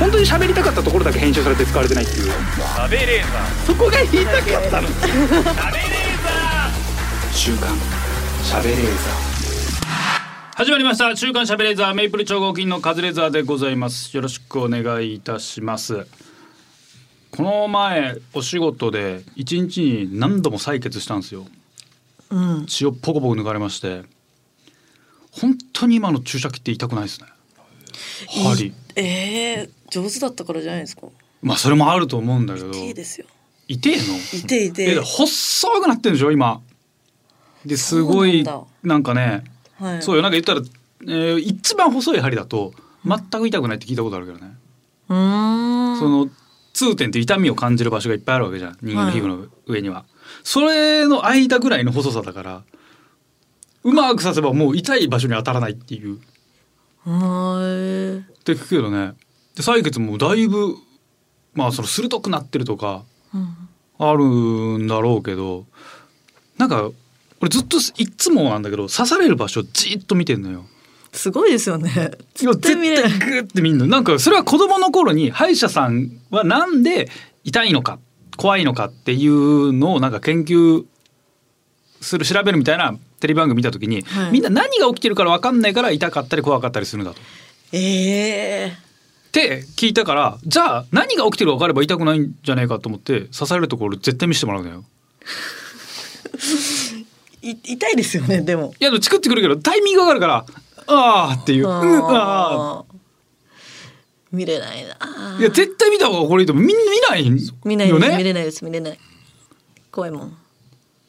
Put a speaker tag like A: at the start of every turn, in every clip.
A: 本当に喋りたかったところだけ編集されて使われてないっていう
B: 食べレーザ
A: そこが言いたかったの
B: ー食べレーザ
A: 週刊喋れー
C: 始まりました週刊しゃべレーザーメイプル超合金のカズレーザーでございますよろしくお願いいたしますこの前お仕事で一日に何度も採血したんですよ
D: うん、
C: 血をポコポコ抜かれまして本当に今の注射器って痛くないですね針
D: えー、上手だったからじゃないですか。
C: まあそれもあると思うんだけど
D: いいですよ。
C: 痛えの
D: いてい
C: え
D: て
C: だから。細くなってるんでしょ今ですごい
D: そうなんだ
C: なんかね
D: はい。
C: そうよなんか言ったら、えー一番細い針だと全く痛くないって聞いたことあるけどね、
D: うーん。
C: その痛点って痛みを感じる場所がいっぱいあるわけじゃん人間の皮膚の上には、それの間ぐらいの細さだからうまく刺せばもう痛い場所に当たらないっていうっ
D: はーい。
C: て聞くけどねで採血もだいぶまあその鋭くなってるとか
D: うん
C: あるんだろうけどなんか俺ずっといっつもなんだけど刺される場所じーっと見てんのよ。
D: すごいですよね。
C: いや
D: 絶対見れない
C: 絶対グーって見んのなんかそれは子供の頃に歯医者さんはなんで痛いのか怖いのかっていうのをなんか研究する調べるみたいなテレビ番組見た時に、
D: はい
C: みんな何が起きてるから分かんないから痛かったり怖かったりするんだと。っ
D: ええ
C: て聞いたからじゃあ何が起きてるか分かれば痛くないんじゃないかと思って刺されるところ絶対見せてもらうのよ。
D: い痛いですよね。でも。
C: いやでもチクってくるけどタイミングがあるからあーっていう「うんあ
D: あー見れないな
C: ー。いや絶対見た方がこれいいと思うみんな見ないよね。
D: 見ないです、見れないです見れない。怖いもん。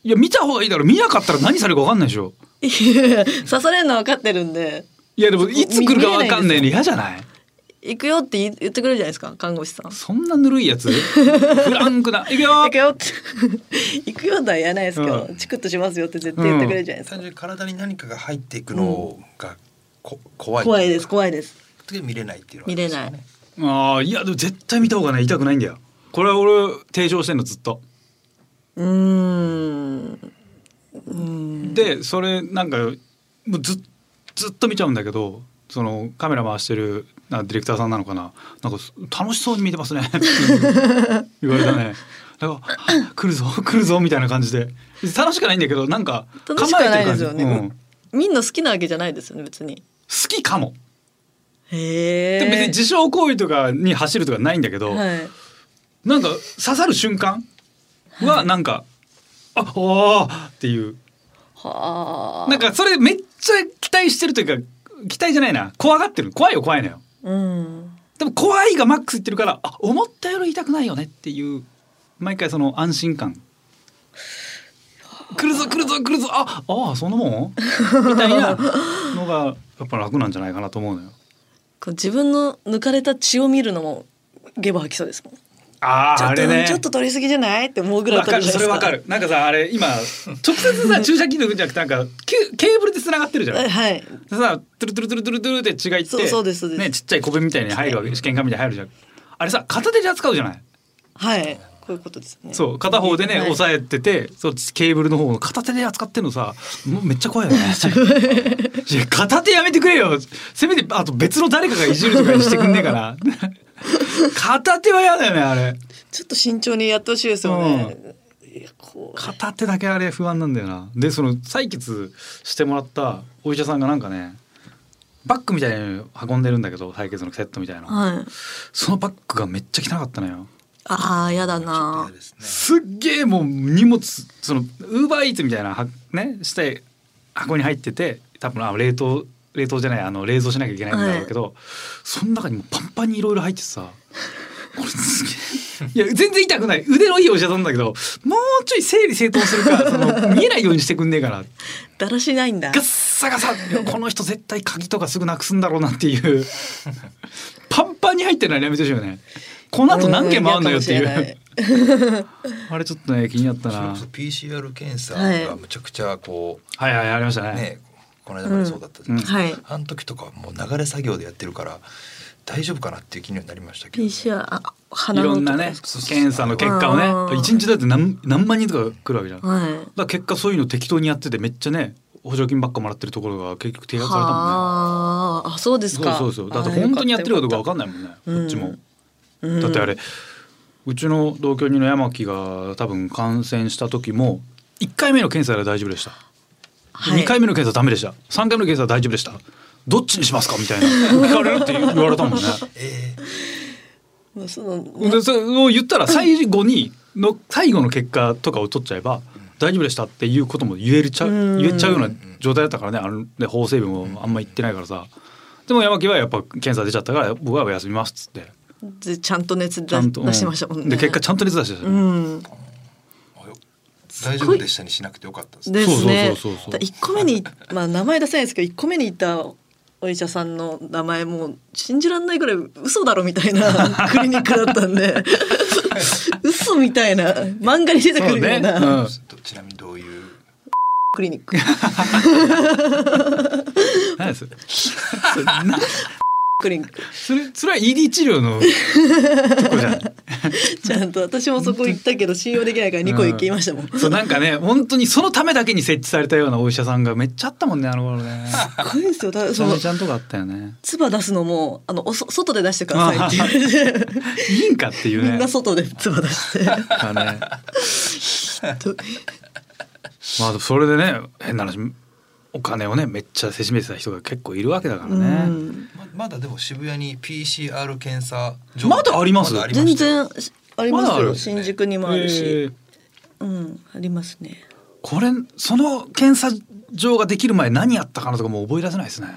C: いや見た方がいいだろ見なかったら何されるか分かんないでしょ
D: いや 刺されるの分かってるんで
C: いやでもいつ来るか分かんないの嫌じゃない
D: 行くよって言言ってくれるじゃないですか看護師さん。
C: そんなぬるいや つフランクな「いくよ
D: 行くよって 行くよとは言わないですけど、
C: うん
D: チクッとしますよって絶対言ってくれるじゃないですか、
E: 単純に体に何かが入っていくのがこ、怖い
D: 怖いです怖いです
E: で見れないっていうのは
D: 見れない、
C: ああいやでも絶対見た方がね痛くないんだよこれは俺提唱してんのずっと
D: うーんうーん
C: でそれなんかもうずずっと見ちゃうんだけどそのカメラ回してるなディレクターさんなのかななんかす楽しそうに見てますねって言われたねだからあ来るぞ来るぞみたいな感じで楽しくないんだけどなんか
D: 楽しくはないですよね、
C: うん好
D: みんな好きなわけじゃないですよね別に
C: きかも
D: へえ
C: でも別に自傷行為とかに走るとかないんだけど、
D: はい
C: なんか刺さる瞬間はなんか、あおーっていう
D: はあ
C: なんかそれめっちゃ期待してるというか期待じゃないな怖がってる怖いよ怖いのよ
D: うん
C: でも怖いがマックスいってるからあ思ったより痛くないよねっていう毎回その安心感来るぞ来るぞ来るぞああーそんな もんみたいなのがやっぱ楽なんじゃないかなと思うのよ
D: こう自分の抜かれた血を見るのもゲボ吐きそうですもん
C: あ
D: ち
C: あ
D: ょっ
C: あ
D: と、
C: れね
D: ちょっと取りすぎじゃないって思うぐらい
C: わ
D: 取
C: か
D: る
C: る
D: じゃ
C: そ
D: な
C: れ
D: いですか
C: わかるなんかさあれ今直接 さ注射器抜くんじゃなくてなんかケケーブルで繋がってるじゃん
D: え
C: で
D: はい
C: さトゥルトゥルトゥルトゥルトゥルって血がいって
D: そうそうですそうです
C: ねちっちゃい小瓶みたいに入るわけ試験管みたいに入るじゃんあれさ片手で扱うじゃない
D: はいこういうことですね
C: そう片方でね、
D: はい
C: 押さえててそうケーブルの方の片手で扱ってんのさもうめっちゃ怖い よねいや片手やめてくれよせめてあと別の誰かがいじるとかにしてくんねえか な片手は嫌だよねあれ
D: ちょっと慎重にやってほしいですよね。いやこう
C: 片手だけあれ不安なんだよなでその採血してもらったお医者さんがなんかねバッグみたいに運んでるんだけど採血のセットみたいな、
D: はい。
C: そのバッグがめっちゃ汚かったのよ
D: ああやだ
E: ちょっと
D: な
E: 嫌。ですね
C: すっげえもう荷物そのウーバーイーツみたいなはねして箱に入ってて多分あ冷凍冷凍じゃないあの冷蔵しなきゃいけないんだろうけど、その中にもうパンパンにいろいろ入っててさこれすげえいや全然痛くない腕のいいお医者さんだけどもうちょい整理整頓するかその見えないようにしてくんねえかな
D: だらしないんだ
C: ガッ。サガサこの人絶対鍵とかすぐなくすんだろうなっていうパンパンに入ってるのはやめてほしいよねこの後何件回んのよってい
D: うん嫌かもしれな
C: う。あれちょっとね気になった
E: それ
C: な
E: こそ PCR 検査がむちゃくちゃこ
C: はいはいありました
E: う、
C: ね
E: ねこの間までそうだったじゃないですか、
D: はい。
E: あの時とかはもう流れ作業でやってるから大丈夫かなっていう気にはなりましたけど、
D: PCR あ
C: い
D: 鼻の
C: ろ
D: 音
C: ん
D: と
C: な
D: か
C: ね
D: ですか
E: そうそう
C: 検査の結果を
D: う
C: ね
D: ん
C: 一日だって何何万人とか来るわけじゃんだか
D: はい。
C: ら結果そういうの適当にやっててめっちゃね補助金ばっかもらってるところが結局提案されたもんね
D: はああそうです
C: そう
D: か。
C: そうそうだって
D: あー
C: 本当にやってるかどうかわか
D: よ
C: んないもんね
D: うん
C: こっちも
D: うん
C: だってあれうちの同居人の山木が多分感染した時も1回目の検査では大丈夫でした、
D: はい
C: 2回目の検査ダメでした3回目の検査は大丈夫でしたどっちにしますかみたいな聞かれるって言われたもんね。
E: え
D: まあその
C: でそれを言ったら最後にの最後の結果とかを取っちゃえば大丈夫でしたっていうことも言えるちゃ
D: うん
C: 言えちゃうような状態だったからねあので法整備もあんま言ってないからさでも山木はやっぱ検査出ちゃったから僕はお休みますっつって
D: でちゃんと熱
C: ち
D: 出
C: ゃんと
D: 出してましたもん
C: うんで
D: ね。
C: 結果ちゃんと熱出してたじゃ
D: うんん、
E: ーあよ大丈夫でしたにしなくてよかったですね。
D: ですね
C: そうそうそうそう。
D: だ一個目に まあ名前出せないですけど一個目にいたお医者さんの名前も信じられないぐらい嘘だろみたいな クリニックだった んで嘘みたいな漫画に出てくるような
C: そうねうん
E: どちなみにどういう
D: クリニック
C: 何ですそれな
D: クリニック
C: それそれは ED 治療のとこじゃん
D: ちゃんと私もそこ行ったけど信用できないから2個行きましたもん。
C: そうなんかね本当にそのためだけに設置されたようなお医者さんがめっちゃあったもんねあの頃ね
D: すごいですよ。だから
C: めち
D: そ
C: ゃ
D: の
C: めちゃんとかあったよね
D: 唾出すのもあのおそ外で出してくださいって言われて
C: いいんかっていう
D: み
C: ね
D: んな外で唾出して
C: まあ ね
D: と
C: まあそれでね変な話お金をねめっちゃせしめてた人が結構いるわけだから
D: う
C: ね。
D: ん
E: ままだでも渋谷に PCR 検査場
C: まだあります
E: だしたよ
D: 全然ありま
C: ま
D: す
C: だあ
D: よ、
C: る
D: 新宿にもあるし、
C: えー
D: うんありますね
C: これその検査場ができる前何やったかなとかもう覚え出せないですね。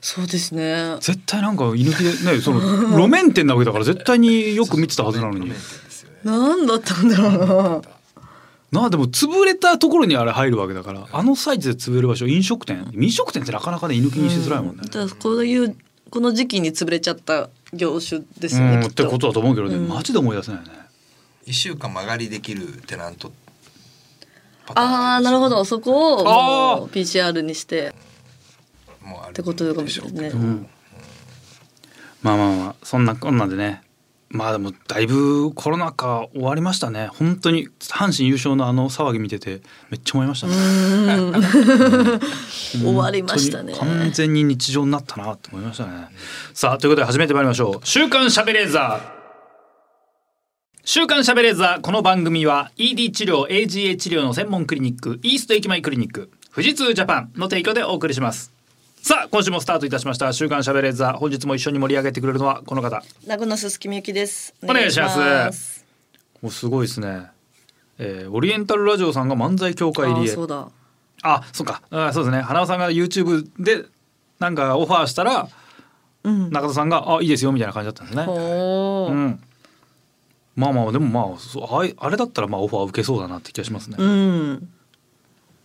D: そうですね
C: 絶対なんか居抜きでね その路面店なわけだから絶対によく見てたはずなのに
E: 路面。店ですよね
D: なんだったんだろう
C: なあでも潰れたところにあれ入るわけだからあのサイズで潰れる場所飲食店飲食店ってなかなかね居抜きにしづらいもんね
D: な。だからこういうこの時期に潰れちゃった業種です
C: う
D: よね、
C: ん
D: き
C: っ
D: ってと
C: ことだと思うけどね、
D: うん
C: マジで思い出せないよね。
E: 一週間曲がりできるテナントパターン
D: ああなるほどそこを
C: あー
D: もう PCR にして
E: もうある
D: ってことかもしれないね
E: でょうけど
C: うんまあまあまあそんなこんなんでねまあでもだいぶコロナ禍終わりましたね本当に阪神優勝のあの騒ぎ見ててめっちゃ思いましたね
D: 終わりましたね
C: 本当に完全に日常になったなと思いましたねさあということで始めてまいりましょう「週刊しゃべれーザー」週刊しゃべれーザーこの番組は ED 治療 AGA 治療の専門クリニックイースト駅前クリニック富士通ジャパンの提供でお送りしますさあ今週もスタートいたしました「週刊しゃべれーザー」本日も一緒に盛り上げてくれるのはこの方
D: 名古屋のすすきみゆきです
C: お願いしますもうすごいですね、えーオリエンタルラジオさんが漫才協
D: あ
C: 会入
D: ー
C: りへ
D: そうだ
C: あそうかあそうですね花尾さんが YouTube でなんかオファーしたら
D: うん
C: 中田さんが「あいいですよ」みたいな感じだったんですね。
D: ほ
C: う
D: ー
C: ん、まあまあでもまあそうあいあれだったらまあオファー受けそうだなって気がしますね。
D: うん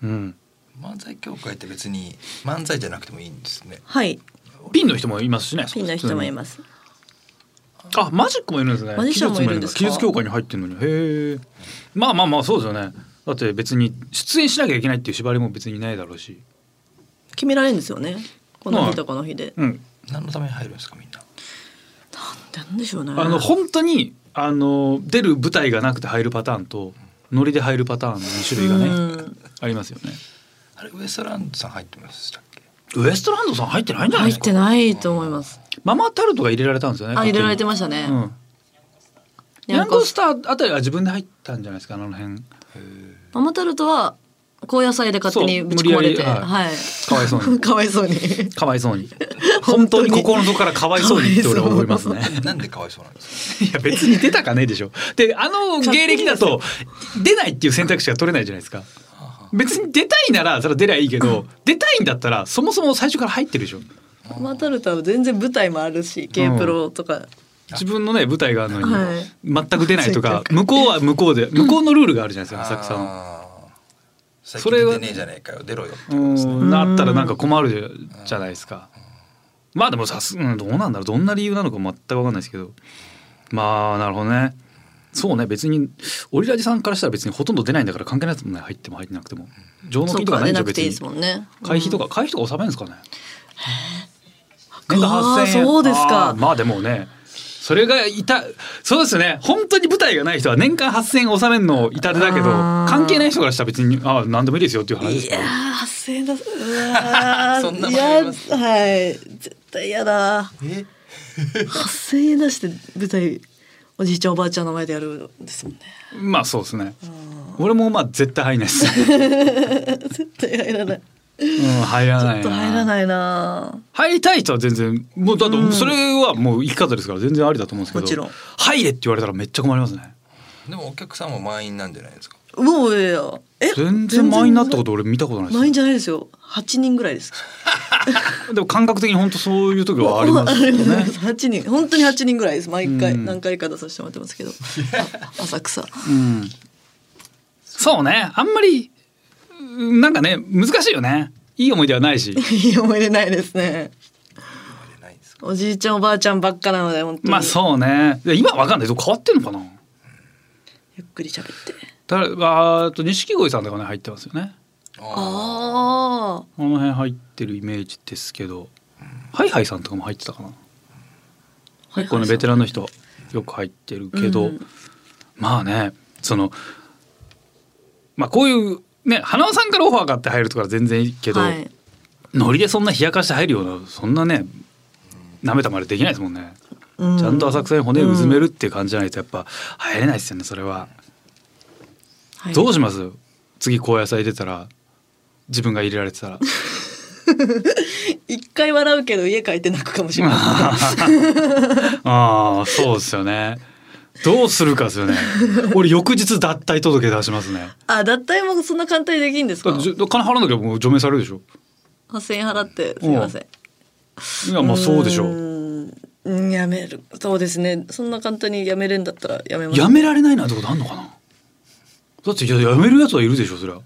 C: うん
E: 漫才協会って別に漫才じゃなくてもいいんですね
D: はい
C: ピンの人もいますしね。。
D: ピンの人もいますす
C: あマジックもいるんですね。
D: マジシャンもいるんですか
C: 技術協会に入ってるのに。へえ。まあまあまあそうですよね。だって別に出演しなきゃいけないっていう縛りも別にないだろうし。
D: 決められるんですよねこの日とこの日で、
C: うん。
E: 何のために入るんですかみんな
D: なんでしょうね
C: あの本当にあの出る舞台がなくて入るパターンとノリで入るパターンの2種類がね
D: うん
C: ありますよね。
E: あれウエストランドさん入ってましたっけ
C: ウエストランドさん入ってないんじゃないで
D: 入っ
C: すか
D: て。ないと思います
C: ママタルトが入れられたんですよね。
D: あ入れられて
C: ま
D: ましたね、
C: うん。
D: な
C: ヤ
D: ん
C: ン
D: か
C: グスターあたりは自分で入ったんじゃないですかあの辺。
D: ママタルトは高野菜で勝手にぶち込まれて
C: そう無理やり
D: はい、
C: かわいそう に
D: かわいそうに
C: かわいそうに。本当に心の底からかわいそうにって俺は思いますね。
E: なんでかわいそうなんですか
C: いや別に出たかねえでしょ。であの芸歴だと出ないっていう選択肢が取れないじゃないですか。別に出たいならそれは出りゃいいけど、出たいんだったらそもそも最初から入ってるでしょ。
D: ママタルトは全然舞台もあるし K プロとか、
C: 自分のね舞台があるの
D: はい
C: に全く出ないとか、
D: 全
C: 向こうは向こうで向こうのルールがあるじゃないですか浅草の。
E: あー最
C: そ
E: 近
C: れは
E: 出てねえじゃねえかよ出ろよって
C: うんなったらなんか困るじゃないですか。まあでもさすうんどうなんだろうどんな理由なのか全く分かんないですけどまあなるほどねそうね別にオリラジさんからしたら別にほとんど出ないんだから関係ないですもんね入っても入ってなくても上納
D: そ
C: 金
D: う
C: とか
D: か
C: ない
D: 出
C: んじゃ
D: なんく
C: 別
D: ていい
C: に
D: ですもんね
C: 会費とか会費とか納めるんですかね
D: う
C: 年
D: ん
C: 間
D: あー
C: 8000円
D: そうで
C: あ
D: す
C: ー
D: か
C: まあでもねそれがいたそうですよね本当に舞台がない人は年間8,000円納めるの痛手だけど
D: あー
C: 関係ない人からしたら別にあー何でもいいですよっていう話で
D: い
C: す
D: や
C: か
D: ー
C: ら
D: 8000円だうわー
E: そんなもん
D: い
E: あ
D: や
E: ります
D: はい絶対嫌だ
E: え
D: 8,000円出して舞台おじいちゃんおばあちゃんの前でやるんですもんね。
C: まあそうですね俺もまあ絶対入んないです、 う
D: 絶対入らない。
C: ん、入ら
D: ちょ
C: ない
D: っと入ら
C: い
D: ないな。
C: 入りたい人は全然もうだ
D: う
C: と
D: ん
C: それはもう生き方ですから全然ありだと思うんですけど
D: もちろん
C: 入れって言われたらめっちゃ困りますね
E: でもお客さんも満員なんじゃないですか。
D: もうええよ。え
C: 全然満員になったこと俺見たことないです
D: ないんじゃないですよ。8人ぐらいです。
C: でも感覚的に本当そういう時はありますよ ね
D: 8人本当に8人ぐらいです毎回
C: うん
D: 何回か出させてもらってますけどあ浅草
C: うんそうねあんまりうんなんかね難しいよねいい思い出はないし
D: いい思い出ないですね
E: あれないですか。
D: おじいちゃんおばあちゃんばっかなので本当に
C: まあそうねで今わかんないどう変わってんのかな
D: ゆっくり喋って
C: だあーあと錦鯉さんとかね入ってますよね
D: ああ
C: この辺入ってるイメージですけどハイハイさんとかも入ってたかな結構ねベテランの人よく入ってるけど、
D: うん
C: まあねそのまあこういうね花輪さんからオファーがあって入るとかは全然いいけど、
D: はい、
C: ノリでそんな冷やかして入るようなそんなね舐めたまでできないですもんね、ちゃんと浅草に骨をうずめるっていう感じじゃないとやっぱ入れないですよねそれは、
D: はい
C: どうします次高野菜出たら自分が入れられてたら
D: 一回笑うけど家帰って泣くかもしれない
C: ああそうですよねどうするかですよね俺翌日脱退届出しますね
D: あ脱退もそんな簡単にできるんです
C: だ
D: か
C: ってじゅ金払わなきゃもう除名されるでしょ
D: 8,000円払ってすいません
C: いやまあそうでしょ
D: うーんうんやめるそうですねそんな簡単にやめるんだったらやめます
C: やめられないなんてことあんのかなだっていややめるやつはいるでしょそりゃ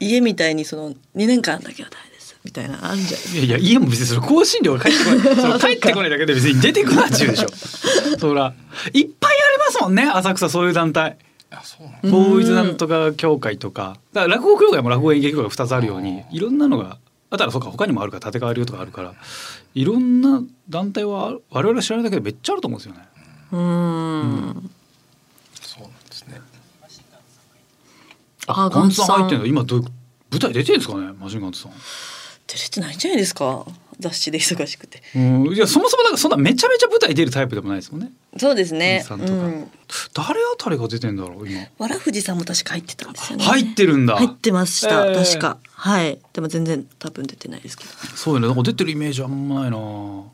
D: 家みたいにその2年間だけはダメですみたいなのあるんじゃない
C: いやいや家も別にそれ更新料が返ってこ ないその返ってこないだけで別に出てくるは自由でしょそらいっぱいありますもんね浅草そういう団体
E: あ、そうなの。
C: ボーイズなんとか協会とかだから落語協会も落語演劇協会2つあるようにいろんなのがあたらそうか他にもあるから建て替わるよとかあるからいろんな団体はある我々は知らないだけでめっちゃあると思うんですよね。
D: うーん
E: そうなんですね。
D: あ
C: ガンツさん入
D: ガン
C: って
D: ツさ
C: ん
D: ん
C: だ今どういう舞台出てるんですかねマシンガンズさん。
D: 出れてないんじゃないですか雑誌で忙しくて
C: うんいやそもそもなんかそんなめちゃめちゃ舞台出るタイプでもないですもんね。
D: そうですね
C: 兄さ
D: うん
C: とか
D: ん
C: 誰あたりが出てんだろう今。
D: わらふじさんも確か入ってたんですよね
C: 入ってるんだ。
D: 入ってました、
C: えー
D: 確かはいでも全然多分出てないですけど
C: そうよね。なんか出てるイメージあんまないな。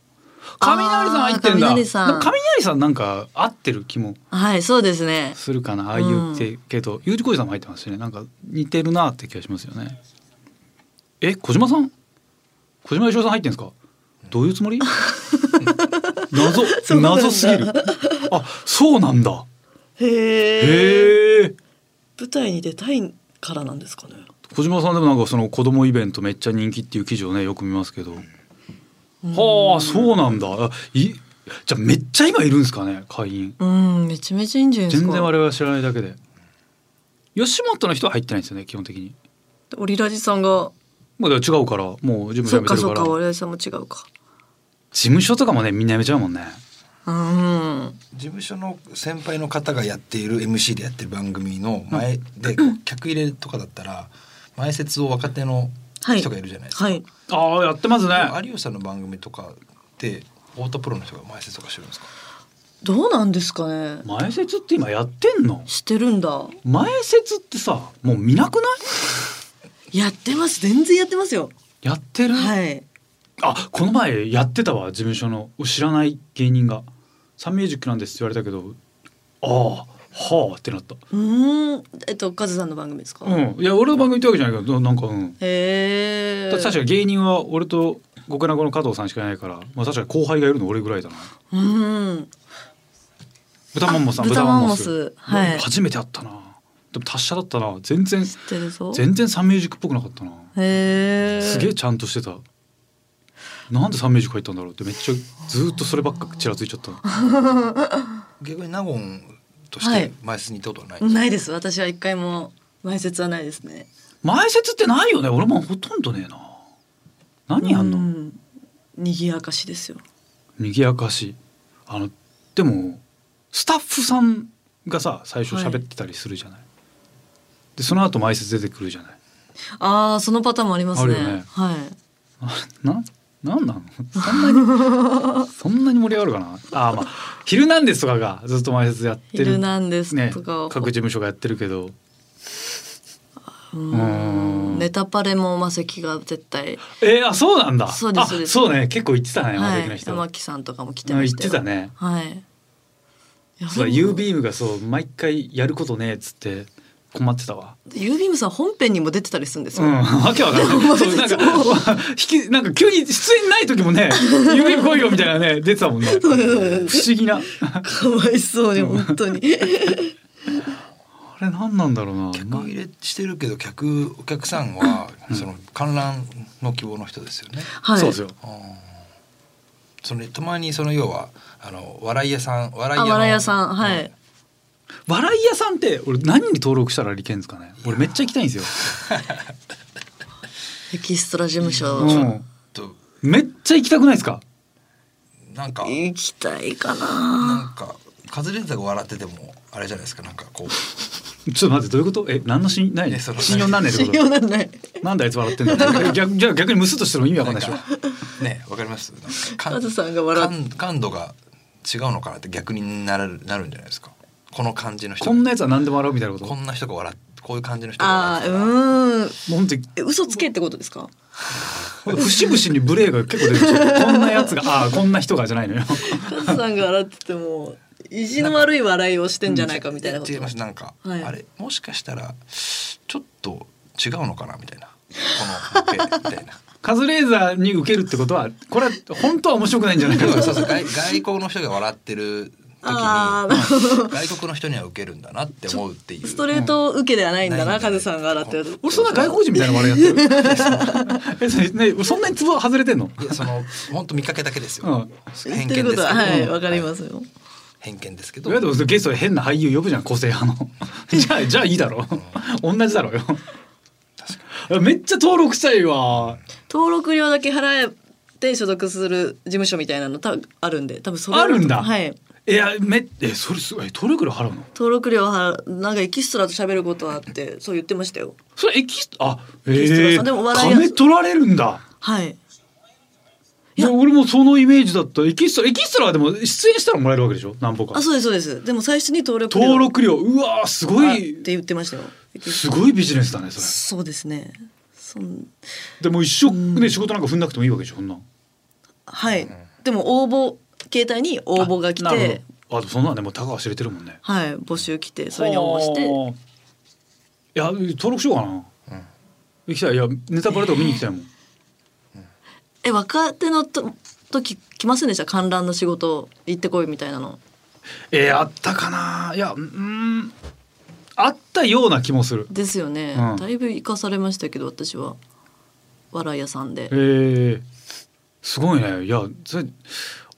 C: 雷さん入ってんだ。
D: あー雷さん
C: でも雷さんなんか合ってる気も
D: はいそうですね
C: するかな。ああいう系けど、ゆうじこじさんも入ってますしね。なんか似てるなって気がしますよね。え、小島さん？小島よしおさん入ってんですか？どういうつも り？謎
D: そうなんだ
C: 謎すぎる。あ、そうなんだ。
D: へえ
C: へえ。
D: 舞台に出たいからなんですかね
C: 小島さんでもなんかその子供イベントめっちゃ人気っていう記事をねよく見ますけど、はあそうなんだあいじゃあめっちゃ今いるんですかね会員
D: うんめちゃめちゃいいんじゃないです
C: 全
D: か
C: 然我々は知らないだけで吉本の人は入ってないんですよね基本的に
D: オリラジさんが
C: もうだから違うからもう事務所
D: そ
C: 辞め
D: っ
C: て
D: か
C: る
D: そ
C: か
D: っ
C: ら
D: かオ
C: 事
D: リラジさんも違うか
C: 務所とかもねみんな辞めちゃうもんね
D: うん
E: 事務所の先輩の方がやっている MC でやってる番組の前で客入れとかだったら前説を若手の人がいるじゃないですか、
D: はい
C: ああやってますね
E: でも有吉さんの番組とかって太田プロの人が前説とかしてるんですか
D: どうなんですかね
C: 前説って今やってんの
D: してるんだ
C: 前説ってさもう見なくない
D: やってます全然やってますよ
C: やってる、
D: はい
C: あこの前やってたわ事務所の知らない芸人が「サンミュージックなんです」って言われたけどああはあってなった
D: うーんえっとカズさんの番組ですか、へ
C: うんいや俺の番組ってわけじゃないけどなんかうん
D: え
C: 確かに芸人は俺と極楽の加藤さんしかいないから、まあ、確かに後輩がいるの俺ぐらいだな
D: うん
C: 豚まんもさん
D: あ
C: 豚まんもす
D: 豚まんもすはい
C: 初めて会ったなでも達者だったな全然
D: 知ってるぞへ
C: 全然サンミュージックっぽくなかったな
D: え
C: すげえちゃんとしてたなんでサンミュージック入ったんだろうってめっちゃずーっとそればっかちらついちゃった
E: 逆に納言とし
D: はい
E: て前説に行ったことはないんですか、
D: ないです私は一回も前説はないですね
C: 前説ってないよね俺もほとんどねえな何やん
D: う
C: の
D: ん賑やかしですよ
C: 賑やかしあのでもスタッフさんがさ最初喋ってたりするじゃない、でその後前説出てくるじゃない
D: ああそのパターンもありますね
C: あるよね
D: はい
C: あななんなんそんなに そんなに盛り上がるかなあーまあ「ヒルナンデス」とかがずっと前説やって
D: ヒル
C: る
D: ナンデス
C: ね
D: とか、
C: 各事務所がやってるけど
D: う
C: うん
D: んネタパレもマセキが絶対
C: えー、あそうなんだ
D: そうですそうです
C: あそうね結構言ってたね
D: は
C: マセキの
D: い
C: 人、
D: 玉木さんとかも来て
C: 言
D: ま
C: っ
D: した
C: て
D: よ
C: たね
D: はいいや
C: そうだ
D: でも
C: U ビームがそう毎回やることねえっつって困ってたわ。
D: ユービームさん本編にも出てたりするんです
C: う
D: よ、
C: ん、わけわ かんない。そうなんか引きなんか急に出演ない時も ね、U ビーム来いよみたいなね出てたもんね。不思議な。あ
D: かわいそうに本当に
C: れ何なんだろうな。
E: 客入れしてるけど客お客さんはその観覧の希望の人ですよね。
D: はい
C: そうですよ。
E: あーそのたまにその要はあの笑い屋さん笑い屋
D: あ
E: の
D: 笑い屋さんはい、
C: 笑い屋さんって俺何に登録したらいけんですかね。俺めっちゃ行きたいんです
D: エキストラ事務所、
C: よ。うん。
E: と
C: めっちゃ行きたくないですか。
E: なんか
D: 行きたいかな
E: なんかカズレーザーが笑っててもあれじゃないですかなんかこ う
C: ちょっと待ってどういうこと？え何の信何
E: えその
C: 信用なんねえって
D: 信
C: こ
D: 用
C: と。
D: なんない
C: なんであいつ笑ってんだ。逆じゃあ逆にムスッとしてる意味わかんないでしょ。
E: ねわかります。なんか
D: カズさんが笑っ
E: 感感度が違うのかなって逆になるなるんじゃないですか。この感じの人
C: こんなやつは何でも笑うみたいなこと。
E: こんな人が笑っこういう感じの人が笑
D: あ
E: っ
D: あ
E: てたら
D: うーん
C: もう本当に
D: え嘘つけってことですか
C: 節々にブレが結構出てきてこんなやつがああこんな人がじゃないのよ
D: カズさんが笑ってても意地の悪い笑いをしてんじゃないかみたいなこと
E: 違いますなんか、
D: はい
E: あれもしかしたらちょっと違うのかなみたいなこのボケみたい な
C: カズレーザーに受けるってことはこれは本当は面白くないんじゃないか
E: そうそう
C: と
E: そう外外交の人が笑ってる時
D: ああ
E: に外国の人には受けるんだなって思うっていう
D: ストレート受けではないんだ
E: な
D: な、
E: い
D: カズさんが笑ってる
C: 俺そんな外国人みたいな笑いやってるえそれね俺そんなにツボ外れてんの
E: いやその本当見かけだけですよ、
C: うん
E: 偏見です
D: 言って
E: け
D: ること
E: ど、
D: ははいわかり
E: はい
D: ますよ、
E: 偏見ですけ
C: い
E: ど
C: わゆるゲストで変な俳優呼ぶじゃん個性派 のじゃあじゃあいいだろ同じだろうよめっちゃ登録したいわ
D: 登録料だけ払って所属する事務所みたいなのたあるんで多分それ
C: あるんだ
D: はい
C: いやめえそれすごいえ登録料払うの
D: 登録料はなんかエキストラと喋ることはあってそう言ってましたよ
C: それエキスあえ
D: キストラ
C: え
D: さんでも笑いやす
C: 金取られるんだ
D: はい
C: いや俺もそのイメージだったエキストラエキストラはでも出演したらもらえるわけでしょ何歩か
D: あそうですそうですでも最初に登録料
C: 登録料うわーすご
D: あって
C: い
D: 言ってましたよエキス
C: す
D: トラ
C: ごいビジネスだねそれ
D: そうですねそん
C: でも一生ね仕事なんか踏んなくてもいいわけでしょそんなん
D: はい、でも応募携帯に応募が来
C: あな
D: て
C: るほどあそんなんねもう高橋知れてるもんね
D: はい募集来てそれに応募して
C: はあいや登録しようかな
E: うん
C: 行きたいいやネタバレとか見に行きたいもん、
D: え若手のと時来ませんでした観覧の仕事行ってこいみたいなの
C: えーあったかないやうーんあったような気もする
D: ですよね、
C: うん
D: だいぶ生かされましたけど私は笑い屋さんで
C: えー、すごいねいやそれ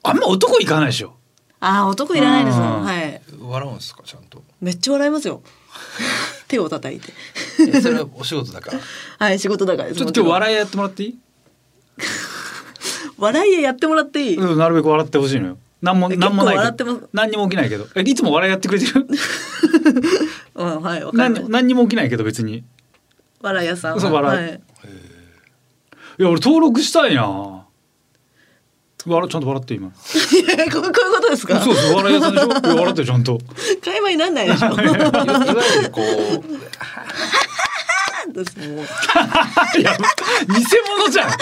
C: あんま男行かないでしょ
D: ああ男いらないですも
C: うん
D: んはい
E: 笑うんですかちゃんと
D: めっちゃ笑いま すよ手を叩いて
E: えそれはお仕事だから
D: はい仕事だからです
C: ちょっと今日
D: も
C: 笑いやってもらっていい
D: ちろん笑い屋やってもらっていい、
C: うん、なるべく笑ってほしいのよ。なんも、
D: え
C: なんもないけど。
D: 結構笑ってます
C: 何にも起きないけど、え、いつも笑いやってくれ てる。
D: うん、はいわか
C: なんん
D: な、い
C: 何にも起きないけど、別に。い
D: 笑い屋さんは
C: そう笑い
D: はい、
C: や、俺登録したいな。笑、ちゃんと笑って今。そ
D: いやここういうことですか
C: うそう、笑い屋さ んでしょ。いや笑ってるちゃんと。
D: 会話になんないでし
E: い
D: ょ
E: わゆるこう
D: ですもう
C: いや、偽物じゃん。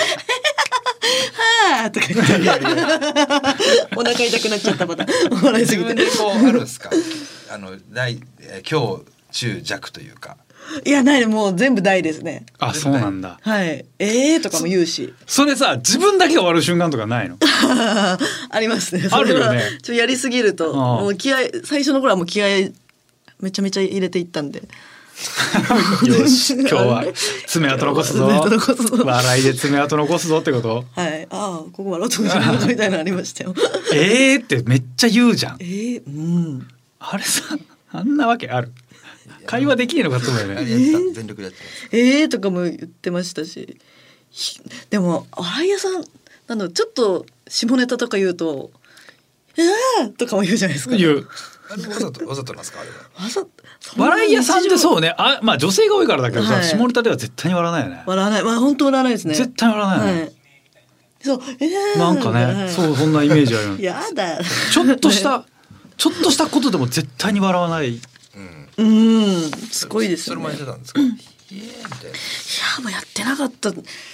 D: あーとか言って お腹痛くなっちゃったパターン笑い
E: 自
D: すぎ
E: 分で
D: て
E: こうあるんですか。あの大えー強中弱というか。
D: いやないもう全部大ですね
C: あ、そうなんだ。
D: はいえーとかも言うし
C: それさ、自分だけが笑う瞬間とかない の。
D: あーありますね。
C: あるよね
D: それはちょっとやりすぎると、
C: うん
D: もう気合い、最初の頃はもう気合い。めちゃめちゃ入れていったんで。
C: よし、今日は爪痕残すぞ。
D: 爪痕残すぞ
C: 笑いで爪痕残すぞってこと。
D: はい、ああ、ここ笑うとこじゃないみたいなのありまし たよ。
C: えーってめっちゃ言うじゃん
D: え。ー、うん。
C: あれさ、あんなわけある。会話できねえのかと思うよ
E: あ
C: ね
E: れ。やってた全力でやってます。
D: えーとかも言ってましたし。ひでも、笑い屋さん、なの、ちょっと下ネタとか言うと。えーとかも言うじゃないですか。
C: 言う。
E: あれわざとわざとなんですかあれは。
D: わざそな
C: 笑い屋さんって
D: 日常
C: そうねあまあ女性が多いからだけどさ、
D: はい
C: 下ネタでは絶対に笑わないよね
D: 笑わない、まあ、本当笑わないですね。
C: 絶対笑わないよね、
D: はい。そう、えー、
C: なんかね、
D: はい
C: そうそんなイメージある
D: やだ。
C: ちょっとしたちょっとしたことでも絶対に笑わない
E: うん
D: うん、すごいです
E: そ
D: よ
E: れ
D: ね。
E: もやってたんですか。いやみたいな。
D: いやもうやってなかった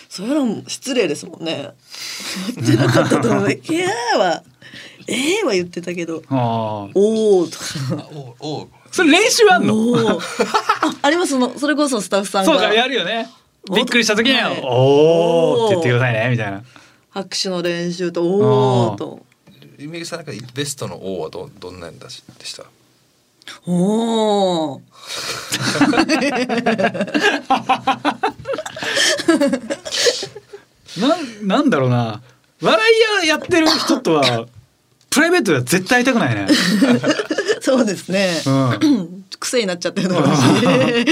D: それはもう失礼ですもんねやってなかったと 思う「いやー」は「えー」は言ってたけど
C: あ
D: 「
C: あ
D: おー」とか
E: あおお
C: それ練習あん
D: 「
C: の
D: おー」あありますそのそれこそスタッフさん
C: そうかや
D: が
C: るよねびっくりした時には
D: はい
C: 「おー」って言ってくださいねみたいな
D: 拍手の練習と「おー」と
E: ゆめぎさんなんかベストの王はどどんなんだしでした。
D: 「おー」
C: なんなんだろうな笑いややってる人とはプライベートでは絶対会いたくないね、
D: そうですね
C: う、ん、
D: 癖になっちゃってるのかもし れない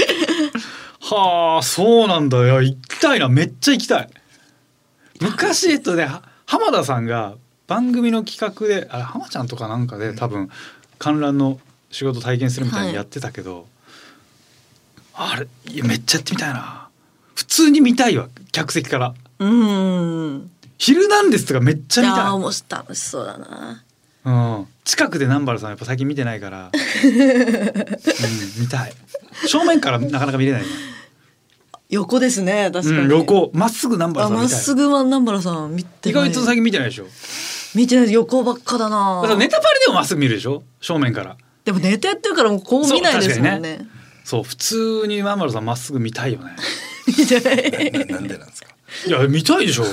C: はあそうなんだよ行きたいなめっちゃ行きたい昔えっとねは浜田さんが番組の企画であれ浜ちゃんとかなんかで多分観覧の仕事体験するみたいにやってたけど、あれいやめっちゃやってみたいな普通に見たいわ客席から
D: うん
C: 「ヒルナンデス」とかめっち
D: い
C: ゃ見
D: や
C: た
D: ー
C: い
D: 面白い楽しそうだな
C: うん、近くで南原さんやっぱ最近見てない から、うん、見たい正面からなかなか見れない、ね
D: 横ですね確か
C: う
D: に
C: ん、横まっすぐ南原
D: あ
C: さん
D: まっ
C: 見たい
D: すぐは南原さん見て
C: 意
D: ない
C: 外と最近見てないでしょ
D: 見てない横ばっかだな
C: だからネタパレでもまっすぐ見るでしょ正面から
D: でもネタやってるからもうこう見ないです
C: そ
D: もん
C: う確
D: ね
C: そう普通にマンマルさんまっすぐ見たいよね
D: 見てない
E: ななんでなんですか。
C: いや見たいでしょ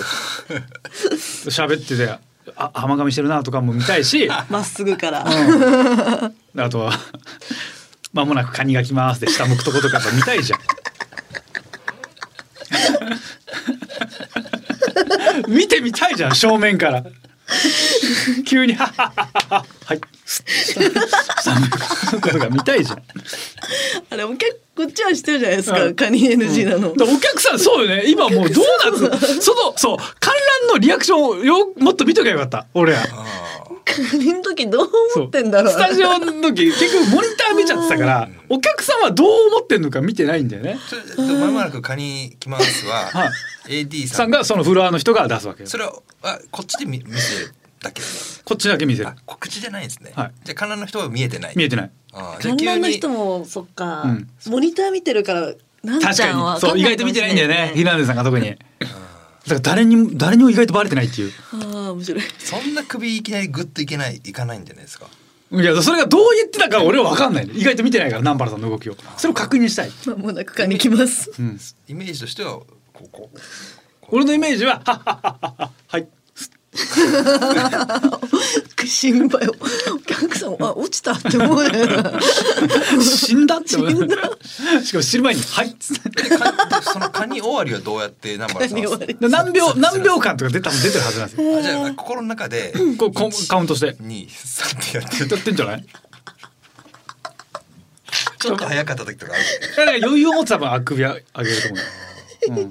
C: 喋っててあ浜髪してるなとかも見たいし、
D: まっすぐから、
C: うんあとは「まもなくカニが来ます」で下向くとことかやっぱ見たいじゃん見てみたいじゃん正面から急に「はっはっはっははい」下向くことが見たいじゃん
D: あれも結構こっちはしてるじゃないですか、カニ NG なの、
C: だからお客さんそうよね今もうどうなってそのそう観覧のリアクションをよもっと見とけばよかった俺ら
D: カニの時どう
C: そ
D: 思
C: う
D: ってんだろう
C: スタジオの時結局モニター見ちゃってたからお客さんはどう思ってんのか見てないんだよね。
E: それえっとまもなくカニ来ますは、
C: はい
E: AD さ
C: さ
E: ん
C: んがそのフロアの人が出すわけよ
E: それはあこっちで見見せるだけ。
C: こっちだけ見せる
E: あ告知じゃないんですね。
C: はい
E: じゃあ観覧の人は見えてない。
C: 見えてない
E: あーじゃあ
D: 観
E: 急
D: 覧の
E: に
D: 人もそっか、
C: うん
D: モニター見てるからなん
C: 確
D: ちゃん
C: か
D: は
C: にそう意外と見てないんだよねヒ
D: あ
C: ランデさんが特にだから誰にも誰にも意外とバレてないっていう
D: あー面白い
E: そんな首いきなりグッといけないいかないんじゃないですか。
C: いやそれがどう言ってたか俺は分かんない意外と見てないから南原さんの動きをそれを確認したい、
D: まもなくカニ来ます
C: うん、
E: イメージとしてはここ
C: 俺のイメージは「はっはっはっははい
D: 心配をお客さんもあ落ちたって思うよな
C: 死んだって思うしかも知る前に「はい」っつって
E: でカニそのカニ終わりはどうやってナンバーさ
D: カニ終わり
C: で何秒何秒間とか出たも出てるはずなんですよ
E: あじゃあ心の中で
C: こうこうカウントして
E: 二三ってやってる
C: やってんじゃない
E: ちょっと早かった時とかある。
C: だから余裕を持つ多分あくび上げると思うよ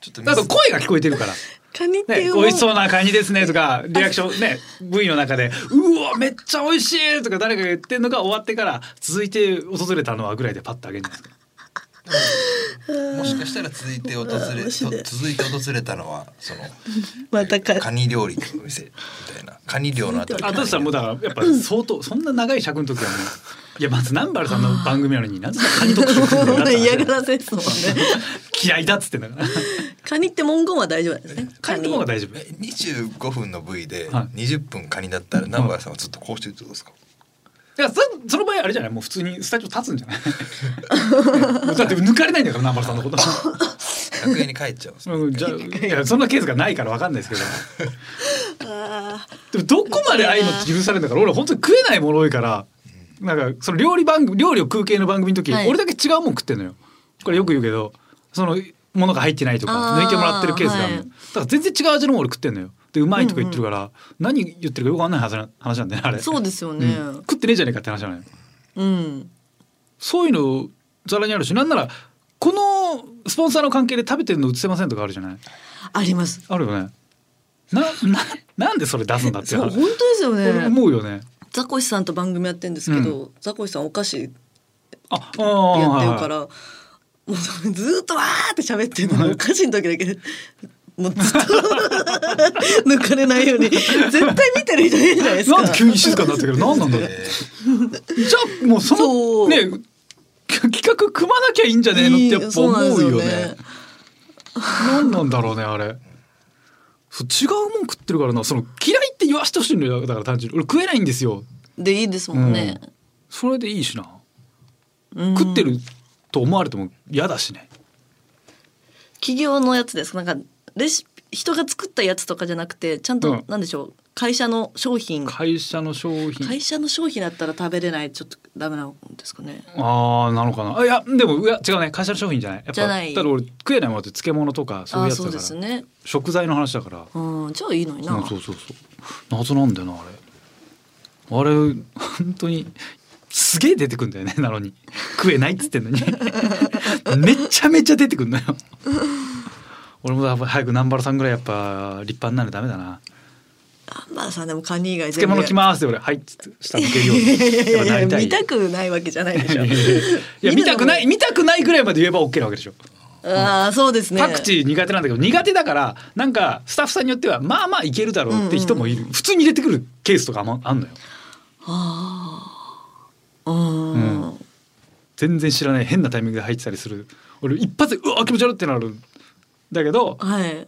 E: ちょっと
C: あと声が聞こえてるから
D: カニって
C: ね、
D: いう
C: 美味しそううなカニですねとかリアクションね V の中で「うわめっちゃ美味しい!」とか誰かが言ってんのが終わってから続いて訪れたのはぐらいでパッとあげるんじゃないですか
E: もしかしたら続いて訪れ
D: うん
E: と続いて訪れたのはその
D: またか
E: カニ料理のお店みたいなカニ料のあたり
C: あとしたらもうだからやっぱ相当そんな長い尺の時はもういやまず南原さんの番組なのになんでそんなカニ特集するんだよなって
D: 嫌
C: 話
D: がらせですもんね
C: 嫌いだっつってんだから
D: カニって文言は大丈夫なんですね。
C: カニの方が大丈夫
E: え25分の V で
C: はい
E: 20分カニだったら南原さんはずっとこうしてるってことですか
C: いやそその場合あれじゃないもう普通にスタジオ立つんじゃないだって抜かれないん だから南原さんの こと
E: 楽屋に帰っちゃうんですよ
C: うんじゃあいやそんなケースがないからわかんないですけ
D: あ
C: どでもどこまでああいうのって許されるんだから俺本当に食えないもの多いからなんかその料理番組料理を食う系の番組の時、
D: はい
C: 俺だけ違うもん食ってんのよこれよく言うけどそのものが入ってないとか
D: あー
C: 抜いてもらってるケースがあるの、
D: はい
C: だから全然違う味のもの俺食ってんのよでうまいとか言ってるから、何言ってるかよくわかんない話な話なんだよねあれ
D: あ、そうですよ
C: う
D: ね。
C: ん食ってねえじゃねえかって話なのよ
D: うん。
C: そういうのざらにあるしなんならこのスポンサーの関係で食べてるの映せませんとかあるじゃない
D: あります。
C: あるよねなななんでそれ出すんだって
D: そう、
C: 話
D: 本当ですよ
C: 俺
D: ね。
C: 思うよね
D: ザコシさんと番組やってるんですけど、ザコシさんお菓子やって
C: ああ
D: る
C: ー
D: から、もうずーっとわーって喋ってるのにお菓子の時だけ。もうずっと 抜かれないように絶対見てる人いるじゃないです
C: な
D: か
C: んで急に静かになったけど何なんだろうじゃあもうその
D: そう
C: ね企画組まなきゃいいんじゃねえのってやっぱ思うよね。何なんだろうねあれ。そう違うもん食ってるからなその嫌いって言わしてほしいのよだから単純に俺食えないんですよ。
D: でいいですもんね、
C: それでいいしな。
D: うん
C: 食ってると思われても嫌だしね。
D: 企業のやつですなんかレシピ人が作ったやつとかじゃなくてちゃんと、
C: うん
D: なんでしょう会社の商品
C: 会社の商品。
D: 会社の商品だったら食べれないちょっとダメなんですかね
C: ああなのかなあいやでもいや違うね会社の商品じゃないやっぱ
D: じゃない
C: だから俺食えないものって漬物とかそういう
D: あ
C: やつだ
D: そう
C: か
D: で
C: ら
D: すね
C: 食材の話だから
D: うんじゃあいいのにな、
C: うんそうそうそう謎なんだよなあれあれ本当にすげえ出てくんだよね なのに食えないっつって んのにめちゃめちゃ出てくんのよ俺もやっぱ早く南原さんぐらいやっぱ立派になるダメだな
D: まあさんでもカニ以外
C: 漬
D: 全部
C: 物来ますって俺はいっつって下向けるように
D: い
C: や
D: や
C: っ
D: い
C: ぱな
D: や
C: りたい
D: 見たくないわけじゃないで しょ
C: いや見たくない見たくないぐらいまで言えば OK なわけでしょ
D: ああそうですね
C: パクチー苦手なんだけど苦手だからなんかスタッフさんによってはまあまあいけるだろうって人もいる、普通に入れてくるケースとかもあんのよ
D: う
C: うん全然知らない変なタイミングで入ってたりする俺一発でうわ気持ち悪いってなるだけど
D: はい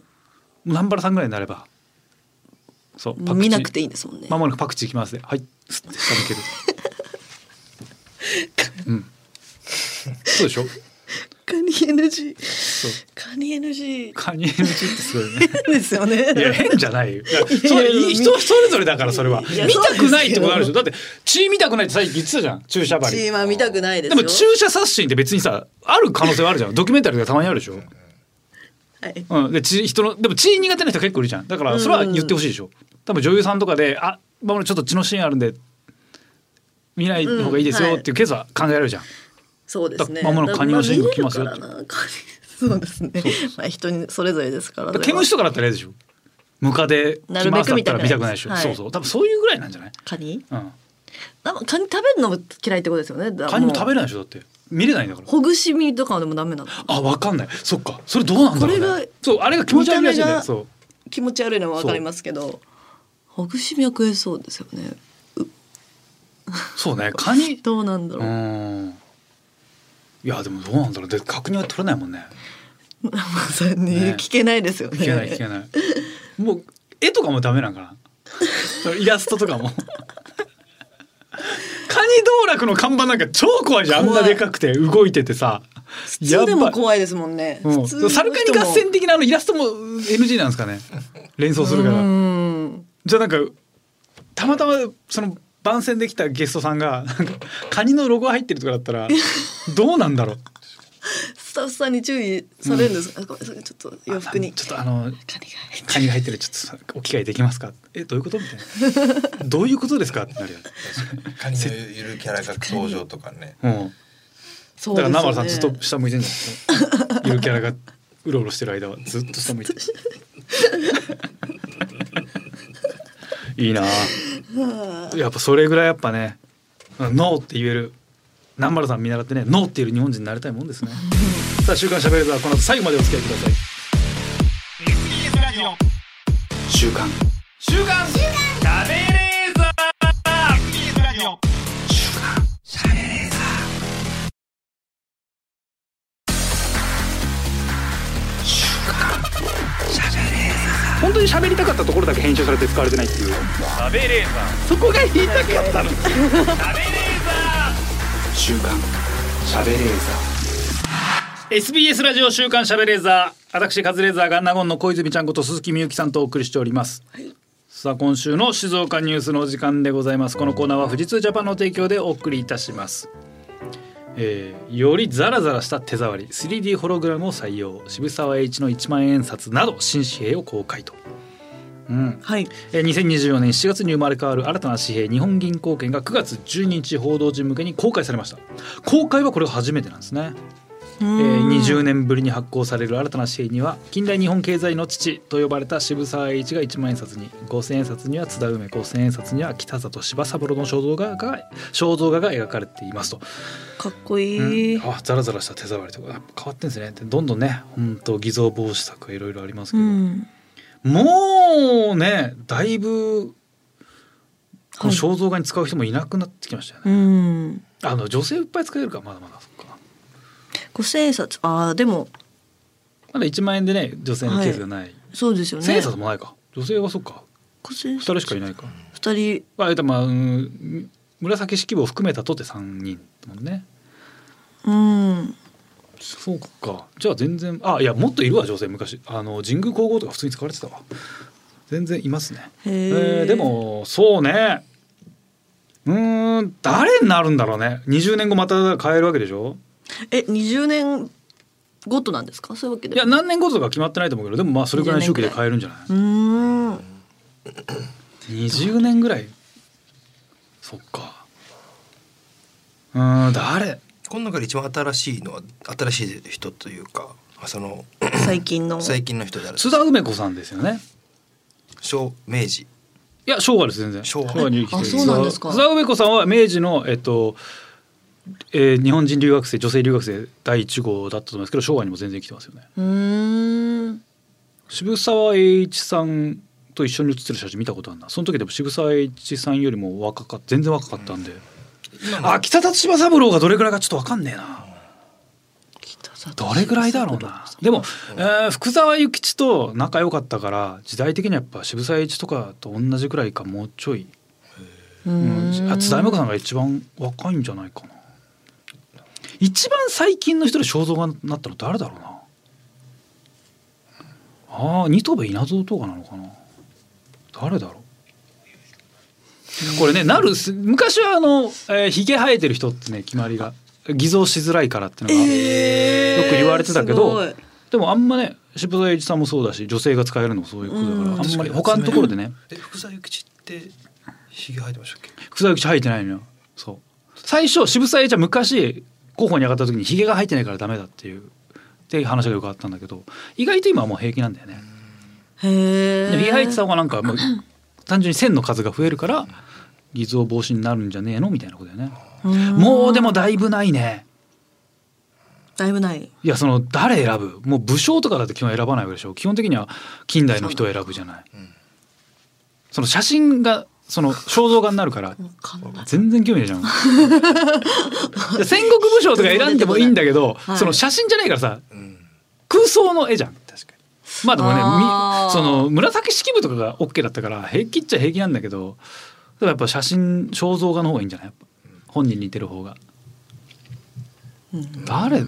C: 南原さんぐらいになればそうパクチー
D: 見なくていいんですもんね
C: まもなくパクチーきますではいスッて下抜けるう んそうでしょ
D: カニ NG
C: そう
D: カニ NG
C: カニ NG ってすごいよ ね
D: ですよね
C: いや変じゃないよ。いやそれいい人それぞれだからそれはい
D: や
C: 見たくないってことあるでしょ。だって血見たくないってさっき言ってたじゃん注射
D: チ
C: 針。
D: ーマー見たくないで
C: です
D: よ
C: も注射殺人って別にさある可能性はあるじゃん。ドキュメンタリーがたまにあるでしょ。
D: はい
C: うん。で血人のでも血苦手な人結構いるじゃん。だからそれは言ってほしいでしょ。多分女優さんとかであまもなくちょっと血のシーンあるんで見ない方がいいです
D: うん
C: よ
D: はい
C: っていうケースは考えられるじゃん。
D: そうですね
C: だ間もなくカニのシーンが来ますよ
D: だから見れるからなカニそうですねまあ人にそれぞれですから
C: だから毛虫とかだったらあれでしょ。ムカデ
D: なる
C: 来
D: べ
C: ます
D: く
C: だっ
D: 見
C: た
D: た
C: ら
D: くない
C: 見たくないでしょ。
D: はい
C: そうそう。多分そういうぐらいなんじゃない。
D: カニ
C: うん。
D: あカニ食べるのも嫌いってことですよね
C: カニも食べれ
D: る
C: ないでしょだって見れないんだから。
D: ほぐし身とかでもダメなの
C: あ、わかんない。そっか。それどうなんだろう、ね。
D: これが
C: そう、あれが気持ち悪いらしいんだよ。
D: 見た目
C: そ
D: 気持ち悪いのはわかりますけどほぐし身は食えそうですよね
C: う。そうね。カニ。
D: どうなんだ
C: う
D: ろう
C: ーん。いや、でもどうなんだろう。で、確認は取れないもんね。
D: まさに
C: ね
D: 聞けないですよね
C: 聞けない、聞けない。 もう、絵とかもダメなんかな。イラストとか も。カニ道楽の看板なんか超怖いじゃん。あんなでかくて動いててさ。
D: 普通でも
C: い。
D: 怖いですもんね
C: うん、サルカニ合戦的なあのイラストも NG なんですかね連想するから
D: うん
C: じゃあなんかたまたまその番宣できたゲストさんが なんかカニのロゴ入ってるとかだった らどうなんだろう
D: スタッフさんに注意されるんですか、あごめんなさいちょっと 洋服に
C: あちょっとあの
D: カニが入って
C: カニが入ってるちょっとお着替えできますかえどういうことみたいなどういうことですかってなるよね
E: カニのゆるキャラが登場とかね
C: うん
D: そう
C: だから
D: ですよ
C: 南原さんずっ
D: ね
C: と下向いてんじゃんゆるキャラがうろうろしてる間はずっと下向いてるいいなあやっぱそれぐらいやっぱね「ノー」って言える南原さん見習ってね「ノー」って言える日本人になりたいもんですねさあ「週刊しゃべれるはこの後最後までお付き合いください
A: 週刊
B: 食べレーザー
A: 本当に喋りたかったところだけ編集されて使われてないっていう
B: 食べレーザ
A: そこが言いたかったの
B: ー食べレーザ
A: 週刊喋れー
C: SBS ラジオ週刊しゃべレーザー私カズレーザーがナゴンの小泉ちゃんこと鈴木みゆきさんとお送りしております、さあ今週の静岡ニュースのお時間でございますこのコーナーは富士通ジャパンの提供でお送りいたします、えーよりザラザラした手触り 3D ホログラムを採用渋沢栄一の1万円札など新紙幣を公開とうん、
D: はい
C: えー2024年7月に生まれ変わる新たな紙幣日本銀行券が9月12日報道陣向けに公開されました公開はこれが初めてなんですね
D: う
C: え
D: ん
C: ー20年ぶりに発行される新たな紙幣には近代日本経済の父と呼ばれた渋沢栄一が一万円札に五千円札には津田梅五千円札には北里柴三郎の肖像画が肖像画が描かれていますと、
D: かっこいい、
C: うんあザラザラした手触りとかやっぱ変わってんですねでどんどんね本当偽造防止策がいろいろありますけ
D: う
C: ど、
D: ん、
C: もうねだいぶこ
D: は
C: の
D: い
C: 肖像画に使う人もいなくなってきましたよね、
D: うん、
C: あの女性いっぱい使えるからまだまだそっか
D: 五千円札ああでも
C: まだ1万円でね女性のケースがない、
D: そうですよね
C: 千円札もないか女性はそっか
D: 五千円
C: 2
D: 札
C: 人しかいないか
D: 二人
C: あえっとまあうん紫式部を含めたとて3人だもんね
D: うん
C: そうかじゃあ全然あいやもっといるわ女性昔あの神宮皇后とか普通に使われてたわ全然いますね
D: へ
C: え
D: ー
C: ーでもそうねうーん誰になるんだろうね20年後また変えるわけでしょ
D: え二十年ごとなんですかそういうわけで
C: いや何年後とか決まってないと思うけどでもまあそれぐらいの周期で変えるんじゃないう
D: ーん
C: 20年ぐらいそっかうーん誰
E: この中で一番新しいのは新しい人というかそ の
D: 最近の
E: 最近の人である
C: 津田梅子さんですよね
E: 昭明治
C: いや昭和です全然
E: 昭和
C: に生きてる
D: あそうなんですか
C: 津田梅子さんは明治のえっと、えー日本人留学生女性留学生第1号だったと思いますけど昭和にも全然生きてますよね
D: うーん
C: 渋沢栄一さんと一緒に写ってる写真見たことあるなその時でも渋沢栄一さんよりも若か全然若かったんで、あ北立柴三郎がどれぐらいかちょっとわかんねえな
D: 北里
C: どれぐらいだろうなでも、えー福沢諭吉と仲良かったから時代的にはやっぱ渋沢栄一とかと同じくらいかもうちょい、
D: う
C: うん、
D: ーん
C: あ津田梅子さんが一番若いんじゃないかな一番最近の人で肖像画になったの誰だろうなああ二戸部稲造とかなのかな誰だろうこれねなるす昔はあの、えー、ひげ生えてる人ってね決まりが偽造しづらいからっていうのが、
D: え
C: よ
D: ー
C: く言われてたけど
D: すごい
C: でもあんまね渋沢栄一さんもそうだし女性が使えるのもそういうことだから、
D: うん
C: あんまり他のところでね
E: え福沢諭吉ってひげ生えてましたっけ
C: 福沢諭吉入ってないのよそう最初渋沢栄一は昔候補に上がった時にひげが入ってないからダメだっていうって話がよくあったんだけど意外と今はもう平気なんだよね。
D: へ
C: で
D: え
C: ひげ入ってた方がなんかもう単純に線の数が増えるから偽造防止になるんじゃねえのみたいなことだよね。もうでもだいぶないね。
D: だいぶない
C: いやその誰選ぶもう武将とかだって基本選ばないわけでしょ基本的には近代の人を選ぶじゃない
E: そうなんだ
C: その写真がその肖像画になるから
D: わかんない
C: 全然興味ない じゃんいや戦国武将とか選んでもいいんだけど、
D: はい
C: その写真じゃないからさ
E: うん
C: 空想の絵じゃん
E: 確か
C: まあでもね
D: あー
C: みその紫式部とかが OK だったから平気っちゃ平気なんだけどでもやっぱ写真肖像画の方がいいんじゃないやっぱ本人に似てる方が
D: うん
C: 誰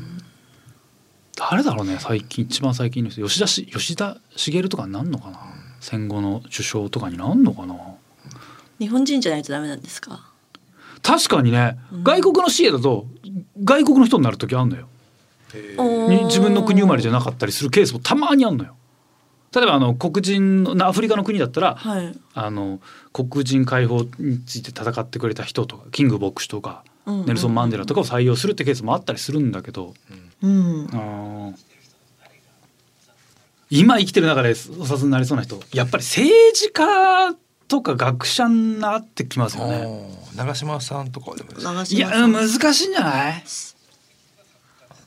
C: 誰だろうね最近一番最近の人吉田し吉田茂とかになんのかな戦後の首相とかになんのかな
D: 日本人じゃないとダメなんですか
C: 確かにね、
D: うん
C: 外国の紙幣だと外国の人になる時あんのよに自分の国生まれじゃ
D: な
C: なかったりするケースもたまにあんのよ例えばあの黒人のなアフリカの国だったら
D: はい
C: あの黒人解放について戦ってくれた人とかキング牧師とか
D: うんうん
C: ネルソン・マンデラとかを採用するってケースもあったりするんだけど、
D: うん
C: あー今生きてる中でお札になりそうな人やっぱり政治家とか学者になってきますよね。
E: にあー長嶋さんとかはでもです
D: 長
C: い
D: 嶋
C: や
D: さ
C: うん
D: ん
C: 難しいんじゃない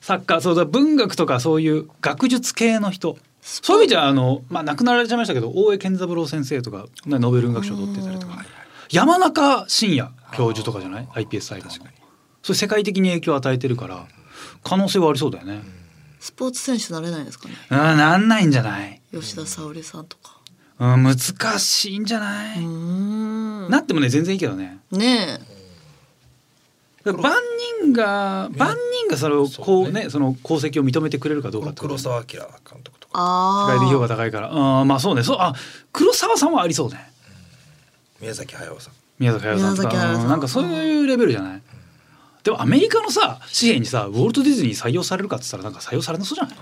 C: サッカーそうだ文学とかそういう学術系の人そういう意味じゃあの、まあ、亡くなられちゃいましたけど大江健三郎先生とか、ね、ノーベル文学賞を取ってたりとか山中伸也教授とかじゃない iPS 細胞の
E: 確かに
C: それ世界的に影響を与えてるから可能性はありそうだよね。
D: スポーツ選手なれないですかね
C: うん、なんないんじゃない、
D: 吉田沙保里さんとか
C: うん、難しいんじゃな
D: う
C: い、
D: ん
C: なってもね全然いいけどね。
D: ね
C: 万人が万人がそれをこうねその功績を認めてくれるかどうかってこと
E: 黒澤明監督とか
D: あ
C: 世
D: あ
C: 界で評価高いからあーまあそうねそうあ黒沢さんはありそうね
E: 宮崎駿さん
C: 宮崎駿さんとか
D: 宮崎駿さん
C: うんなんかそういうレベルじゃない、でもアメリカのさ紙幣にさウォルト・ディズニー採用されるかって言ったらなんか採用されなそうじゃない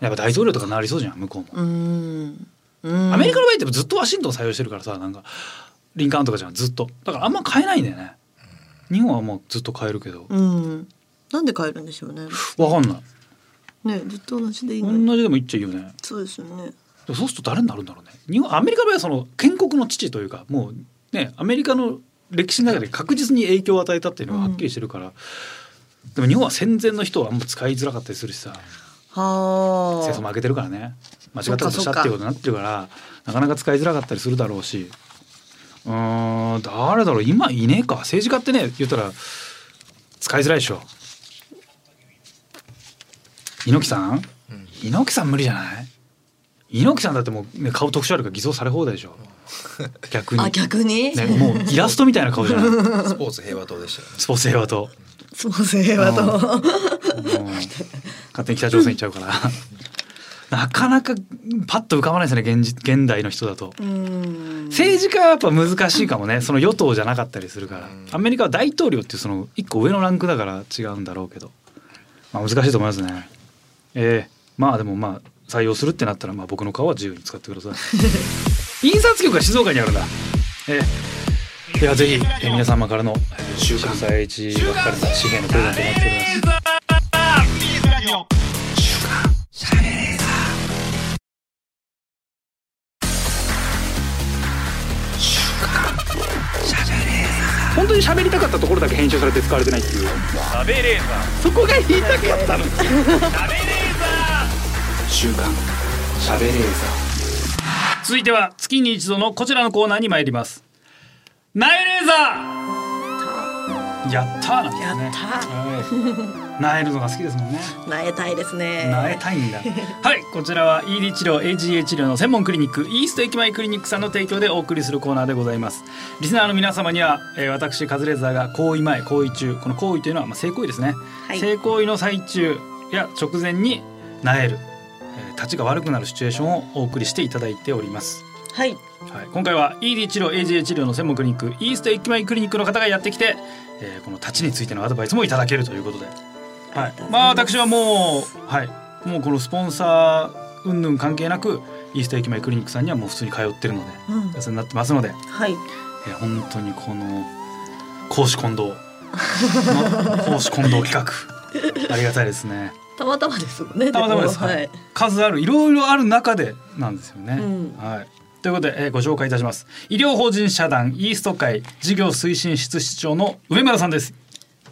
C: やっぱ大統領とかなりそうじゃん向こうも、
D: うん
C: ア
D: ア
C: メリカの場合ってずっとワシントン採用してるからさなんかリンカーンとかじゃんずっとだからあんま変えないんだよね、日本はもうずっと変えるけど、
D: うんなんで変えるんでしょうね。
C: わかんない
D: ねずっと同じでいいのに。
C: 同じでも言っちゃいいよね
D: そうですよね。
C: でもそうすると誰になるんだろうね日本アメリカの場合はその建国の父というかもうねアメリカの歴史の中で確実に影響を与えたっていうのがはっきりしてるから、でも日本は戦前の人はあんま使いづらかったりするしさ
D: はあ。
C: 戦争負けてるからね間違ったことし
D: そ
C: た
D: っ
C: っ
D: か
C: ていうことになってるからなかなか使いづらかったりするだろうしうーん誰だろう今いねえか政治家ってね言ったら使いづらいでしょ猪木さん
E: うん
C: 猪木さん無理じゃない猪木さんだってもう、ね、顔特殊あるから偽装され放題でしょ逆に
D: あ逆に。
C: ね、もうイラストみたいな顔じゃない
E: スポーツ平和党でしたよね
C: スポーツ平和と。
D: そう ですね。あと。
C: もう勝手に北朝鮮行っちゃうから。なかなかパッと浮かばないですね現実現代の人だと
D: うん。
C: 政治家はやっぱ難しいかもねその与党じゃなかったりするから
E: うん
C: アメリカは大統領っていうその一個上のランクだから違うんだろうけど、まあ、難しいと思いますねええまあでもまあ採用するってなったらまあ僕の顔は自由に使ってください印刷局が静岡にあるんだええいやぜひえ皆様からのえー週刊最一が書かれた紙幣のプレゼントを待っております
A: 本当に喋りたかったところだけ編集されて使われてないっていう
B: 食べレーザー
A: そこが言いたかったの
B: 食べレーザ
A: 週刊喋れー
C: 続いては月に一度のこちらのコーナーに参りますナイレーザーやったーなんですね
D: やった
C: はいナエルのが好きですもんね
D: なえたいですね。
C: なえたいん だはいこちらは ED 治療 AGA 治療の専門クリニックイースト駅前クリニックさんの提供でお送りするコーナーでございますリスナーの皆様には、えー私カズレーザーが行為前行為中この行為というのは、まあ、性行為ですね、
D: はい
C: 性行為の最中や直前になえる、えー、立ちが悪くなるシチュエーションをお送りしていただいております
D: はい。
C: はい、今回は ED 治療 AGA 治療の専門クリニックイースト駅前クリニックの方がやってきて、えーこの立ちについてのアドバイスもいただけるということで、はい、まあ私はもうはいもうこのスポンサー云々関係なくイースト駅前クリニックさんにはもう普通に通ってるので
D: うん
C: お世話になってますので、
D: はい。
C: えー本当にこの公私混同 の公私混同企画ありがたいですね
D: たまたまですもんね。
C: たまたまです
D: こは
C: はいい。数あるいろいろある中でなんですよね。
D: うん
C: はいということで、えーご紹介いたします医療法人社団イースト会事業推進室室長の上村さんです、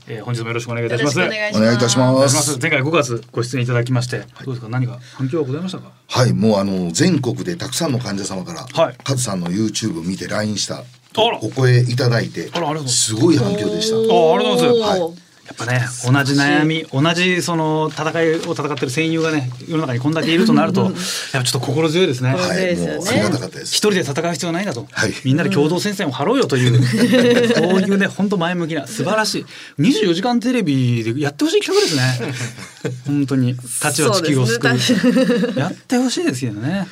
C: えー本日もよろしくお願いいたします
D: い
F: お願いいたし
C: お願
F: ま
C: いしますす。前回5月ご出演いただきまして、どうですか何か反響はございましたか
F: はい、もうあの全国でたくさんの患者様から、
C: はい
F: カズさんの YouTube を見て LINE した
C: あら
F: お声いただいて
C: あらありがとうございます
F: すごい反響でした。
C: あありがとうござ
F: います
D: おー
C: やっぱね同じ悩み同じその戦いを戦ってる戦友がね世の中にこんだけいるとな るとやっぱちょっと心強いですね、
D: そう
F: は
D: で
F: い、
D: すよね
F: もうありがたかったで
C: 一
F: す。
C: 人で戦う必要はないんだと、
F: はい
C: みんなで共同戦線を張ろうよという、 そういうね本当前向きな素晴らしい24時間テレビでやってほしい企画ですね本当に「立ちは地球を救う」
D: そうですね
C: やってほしいですよね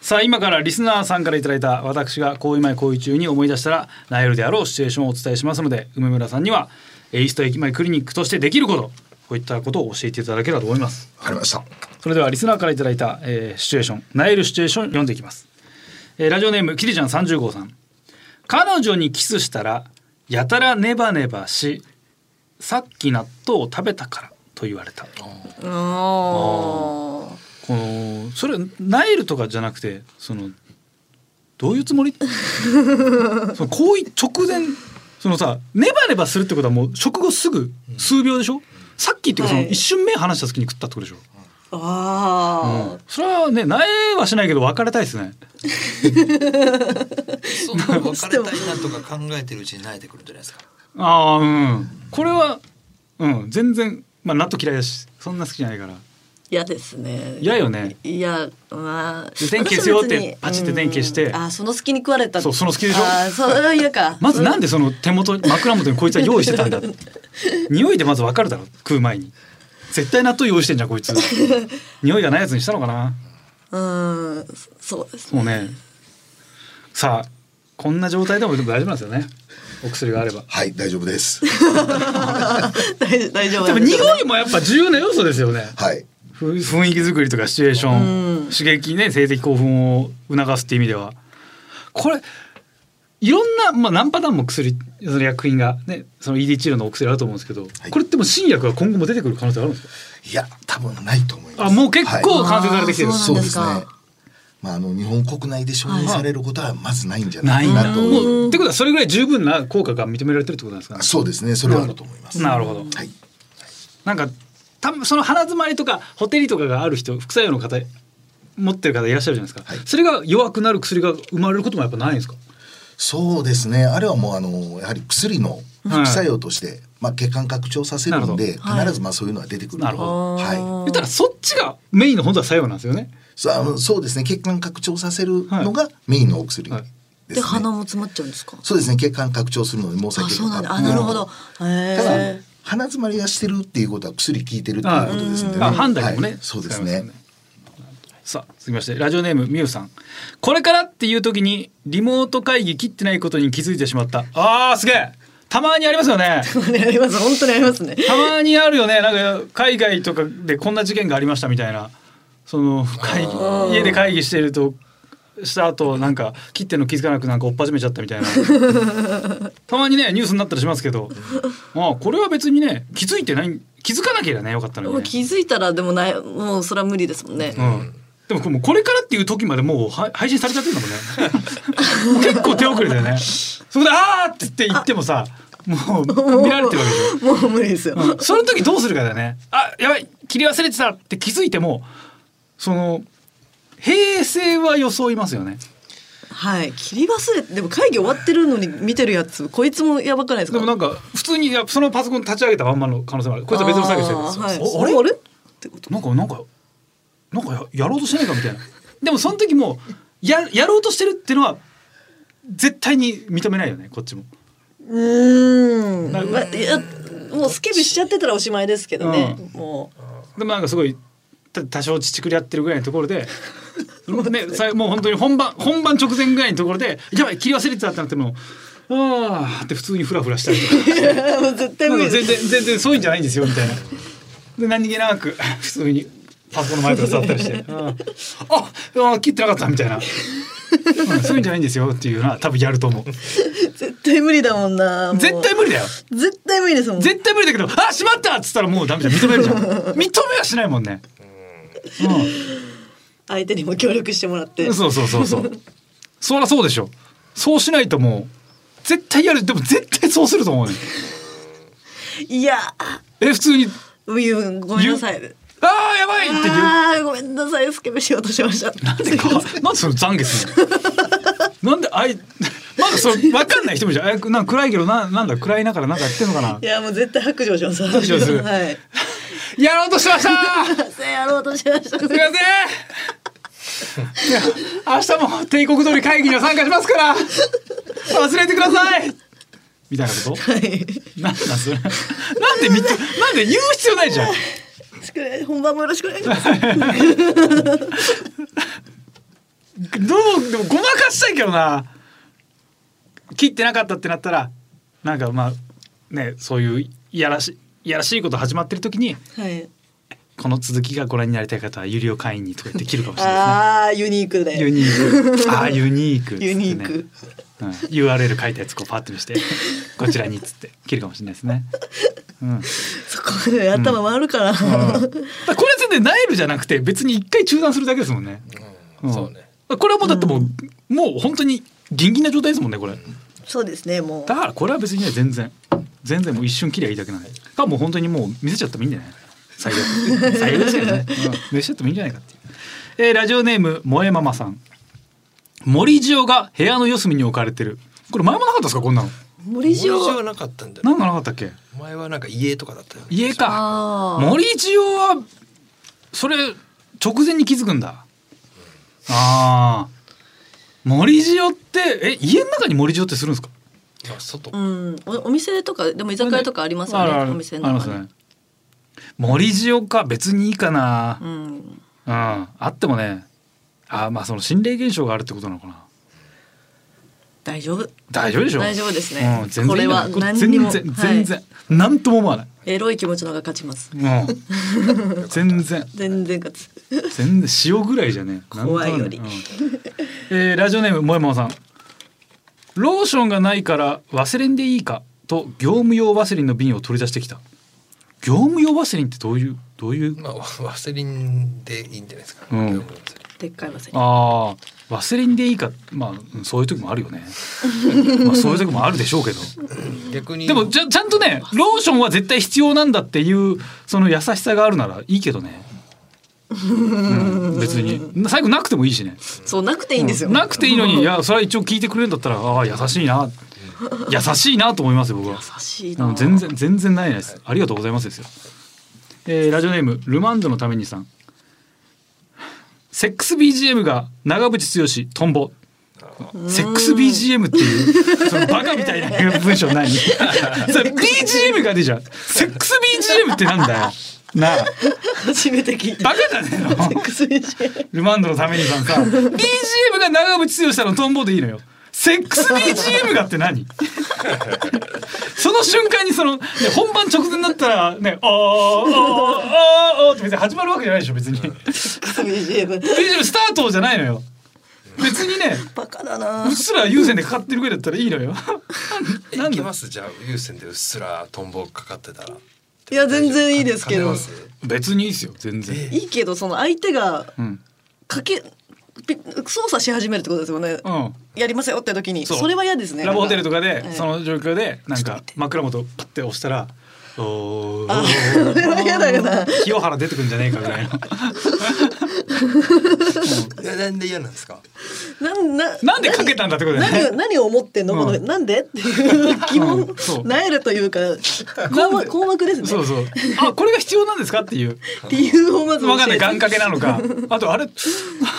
C: さあ今からリスナーさんからいただいた私が行為前行為中に思い出したらナイルであろうシチュエーションをお伝えしますので梅村さんにはエイスト駅前クリニックとしてできることこういったことを教えていただければと思います
F: わかりました。
C: それではリスナーからいただいた、えーシチュエーションナエルシチュエーション読んでいきます、えーラジオネームキリちゃん30号さん彼女にキスしたらやたらネバネバしさっき納豆を食べたからと言われた
D: おー
C: このそれナエルとかじゃなくてそのどういうつもり その行為直前そのさネバネバするってことはもう食後すぐ数秒でしょ、さっきっていうかその
D: はい
C: 一瞬目離した時に食ったってことでしょ、う
D: あ
C: んそれはね苗はしないけど別れたいですね
E: そんな別れたいなとか考えてるうちに慣れてくるんじゃないですか
C: ああうんこれはうん全然まあ納豆嫌いだしそんな好きじゃないから
D: ー嫌ですね
C: 嫌よね
D: いやまあ
C: で電気消すよって
D: 私は別に
C: パチって電気消して
D: うんあーその隙に食われた
C: そうその隙でしょ
D: あーそれは嫌か
C: まずなんでその手 元枕元にこいつは用意してたんだ匂いでまず分かるだろ食う前に絶対納豆用意してんじゃんこ いつ匂いがないやつにしたのかな
D: うんそうです
C: もうねさあこんな状態でもでも大丈夫なんですよねお薬があれば
F: はい、大丈夫 です。
D: 大大丈夫
C: で
D: なん
C: も
D: でしょうね
C: 匂いもやっぱ重要な要素ですよね
F: はい、
C: ふ雰囲気作りとかシチュエーション、
D: うん
C: 刺激ね性的興奮を促すって意味ではこれいろんな、まあ、何パターンも薬その薬品が、ね、その ED 治療のお薬あると思うんですけど、
F: はい
C: これってもう新薬が今後も出てくる可能性あるんですか
F: いや多分ないと思いま
C: あ
F: す
C: もう結構
F: はい
C: 完成されてきてる、
D: あー
F: そうですね
D: そうなんですか
F: まああの日本国内で承認されることはまずないんじゃ
C: な
F: ない
C: い
F: か
C: んだ
F: なと
C: もうってことはそれぐらい十分な効果が認められてるってことなんですかね
F: そうですねそれはあると思います
C: なるほど
F: はい
C: なんか多分その鼻づまりとかホテリとかがある人副作用の方持ってる方いらっしゃるじゃないですか、
F: はい
C: それが弱くなる薬が生まれることもやっぱないんですか
F: そうですねあれはもうあのやはり薬の副作用として、まあ、血管拡張させるので
D: なるほど
F: 必ずまあそういうのは出てくる
C: なるほ
D: ど
F: は
C: 言ったらそっちがメインの本当は作用なんですよね
F: い、そうあのそうですね血管拡張させるのがメインのお薬
C: はい
F: ですね、
D: で鼻も詰まっちゃうんですか。
F: そうですね血管拡張するので毛細
D: あ、
F: 血
D: そうなん
F: 管
D: だ。あ、なるほど。
F: ただ
D: へえ。
F: 鼻詰まりがしてるっていうことは薬効いてるっていうことですんで、ね、
C: あ判断にもね、
F: はいそうです
C: 使い
F: ね
C: ますよさあ続きましてラジオネームみゆさんこれからっていう時にリモート会議切ってないことに気づいてしまったあーすげえたまにありますよね
D: あります。本当にありますね。
C: たまにあるよねなんか海外とかでこんな事件がありましたみたいなその会議家で会議してるとした後なんか切ってんの気づかなくなんか追っ始めちゃったみたいな たまにねニュースになったりしますけどまあこれは別にね気づいてない気づかなきゃねよかったのに、
D: も
C: ね
D: う、気づいたらでもない、もうそれは無理ですもんね。
C: うんでもこれもうこれからっていう時までもうは配信されちゃってるんだもんね もう結構手遅れだよねそこで「あー!」って言って言ってもさ もう見られてるわけでしょ
D: もう無理ですよ。
C: うんその時どうするかだよね。あやばい切り忘れてたって気づいてもその平成は装いますよね。
D: はい。切り忘れて、でも会議終わってるのに見てるやつ、こいつもやばくないです
C: で
D: か。
C: もなんか普通にいやそのパソコン立ち上げたまんまの可能性もある。こいつは別の作業してるんですよ。
D: あー
C: おあ
D: はい
C: れ
D: あれってこと。
C: なんかなんかなんかややろうとしてないかみたいな。でもその時もややろうとしてるっていうのは絶対に認めないよねこっちも。
D: うーん。
C: な
D: まいや、もうスケベしちゃってたらおしまいですけどね。もう。
C: でもなんかすごいた多少乳くり合ってるぐらいのところ で。ね、さもう本当に本番本番直前ぐらいのところで「やばい切り忘れてた」ってなっても「ああ」って普通にフラフラしたり とか
D: もう絶対
C: な
D: 無
C: ん
D: 理
C: か
D: で
C: 全
D: す
C: 然全然そういうんじゃないんですよみたいなで何気なく普通にパソコンの前とか座ったり して「あああ切ってなかった」みたいな、うんそういうんじゃないんですよっていうのは多分やると思う
D: 絶対無理だもんな。もう
C: 絶対無理だよ
D: 絶対無理ですもん。
C: 絶対無理だけど「あしまった!」っつったらもうダメじゃん認めるじゃん認めはしないもんねうん
D: 相手にも協力してもらって。
C: そうそうそうそうそりゃそうでしょそうしないともう絶対やるでも絶対そうすると思うね
D: いや、
C: え普通に
D: うゆごめんなさい。
C: 「あーやばい!」って言う
D: ああ、ごめんなさい、スケベしようとしました。
C: なんでかなんで その懺悔するのなんであいまだそれ分かんない人もいるじゃんえなんか暗いけどななんだ暗いながらなんかやってんのかない
D: や、もう絶対白状します。白
C: 状する
D: はい。
C: やろうとしましたーす
D: せやろうとしました。
C: いませんいや明日も帝国通り会議には参加しますから忘れてくださいみたいなこと
D: はい。
C: なんだそれ。なんでみっとなんで言う必要ないじゃん。
D: 宿題本番もよろしくお願いします。
C: どうでもごまかしたいけどな。切ってなかったってなったら、なんかまあねそういういやらしいやらしいこと始まってる時に
D: はい。
C: この続きがご覧になりたい方は有料会員にとか言って切るかもしれない
D: ああ、ユニークで。
C: ですね。ユニー ク。ああユニークっつって、ね。
D: ユニーク
C: うん、URL 書いたやつこうパッと見してこちらにっつって切るかもしれないですね。うん。
D: そこまで頭回るから。
C: うんこれ全然ナイルじゃなくて別に一回中断するだけですもんね。
E: うん
C: ん
E: そうね。
C: これはもうだってもう、もう本当にギンギンな状態ですもんねこれ。
D: そうですね、も
C: だからこれは別にね全然全然もう一瞬切りゃいいだけなんで。かもう本当にもう見せちゃってもいいんじゃない？最悪最悪ですけど ね。うん見せちゃってもいいんじゃないかっていう。えーラジオネーム萌えママさん。森塩が部屋の四隅に置かれてる。これ前もなかったですかこんなの。
D: う。森
E: 森塩は
D: 塩。
E: なかったんだよ
C: なんかなかったっけ？
E: 前はなんか家とかだったよね
C: 家か。
D: ああ。
C: 森塩はそれ直前に気づくんだああ森塩ってえ家の中に森塩ってするんですか
E: まあ外
D: うん、おお店とかでも居酒屋とかありますよ
C: あるあ
D: ね。
C: る
D: お店
C: あり
D: の
C: ま
D: 中
C: す
D: に。
C: ね森塩か別にいいかな
D: う、ん。
C: うん、あってもねあーまあその心霊現象があるってことなのかな
D: 大丈夫。
C: 大丈夫でしょ
D: 大丈夫ですね
C: うん、全然いいんだよ
D: これは何にも
C: 全然
D: は
C: 全
D: い
C: 然、なんとも思わない
D: エロい気持ちの方が勝ちます。
C: もう全然
D: 全然 勝つ。
C: 全然塩ぐらいじゃねえなんとなく
D: 怖いより
C: うんえーラジオネームもえもえさんローションがないからワセリンでいいかと業務用ワセリンの瓶を取り出してきた業務用ワセリンってどういうどういう
E: まあワワセリンでいいんじゃないですか。
C: うん
E: 業務用ワセリン
D: でっかいワセリン。
C: ああワセリンでいいかまあうんそういう時もあるよね まあそういう時もあるでしょうけど
E: 逆に
C: でもちゃちゃんとねローションは絶対必要なんだっていうその優しさがあるならいいけどね、うん、別に最後なくてもいいしね
D: そうなくていいんですよ。
C: なくていいのにいやそれは一応聞いてくれるんだったらああ優しいな優しいなと思いますよ僕は。
D: 優しい
C: も
D: な。
C: う全然全然ないです。ありがとうございますですよ。えーラジオネームルマンドのためにさん。セックス BGM が長渕剛トンボ。セックス BGM っていうそのバカみたいな文章何？それ BGM が出ちゃう。セックス BGM ってなんだよ。なあ、
D: 初めて聞 いた。
C: バカじゃねえの。
D: 薬じゃ
C: ルマンドのためにさんさ BGM が長渕剛さんのトンボでいいのよセックス BGM がって 何その瞬間にその、ね、本番直前になったらね「あーあーあーあー」って別に始まるわけじゃないでしょ別に BGM
D: 薬じゃ
C: スタートじゃないのよ別にね
D: バカだ
C: う
D: な
C: っ。すら優先でかかってるぐらいだったらいいのよ
E: え
C: なん
E: 行
C: で
E: きますじゃあ優先でうっすらトンボかかってたら。
D: いや全然いいですけど
E: 跳ねます
C: 別にいいですよ全然、
D: いいけどその相手が
C: うん
D: かけピ操作し始めるってことですよね。
C: うん
D: やりますよって時に
C: そう
D: それは嫌ですね。
C: ラブホテルとか
D: なん
C: でそ
D: はい
C: の状況でなんか枕元パッて押したら「おー
D: それは嫌だよな。
C: 清原出てくんじゃねえかぐらいの
E: いやなんで嫌なんですか。
D: なんな
C: なんでかけたんだってことだよ
D: 何
C: ね
D: 何を思ってんの、この
C: うん
D: なんでっていう疑問、
C: うんそう
D: なえるというか困惑困惑ですね
C: そうそうあこれが必要なんですかっていう
D: 理由をまず教
C: 分かんな
D: え
C: い
D: て
C: 願掛けなのかあとあれ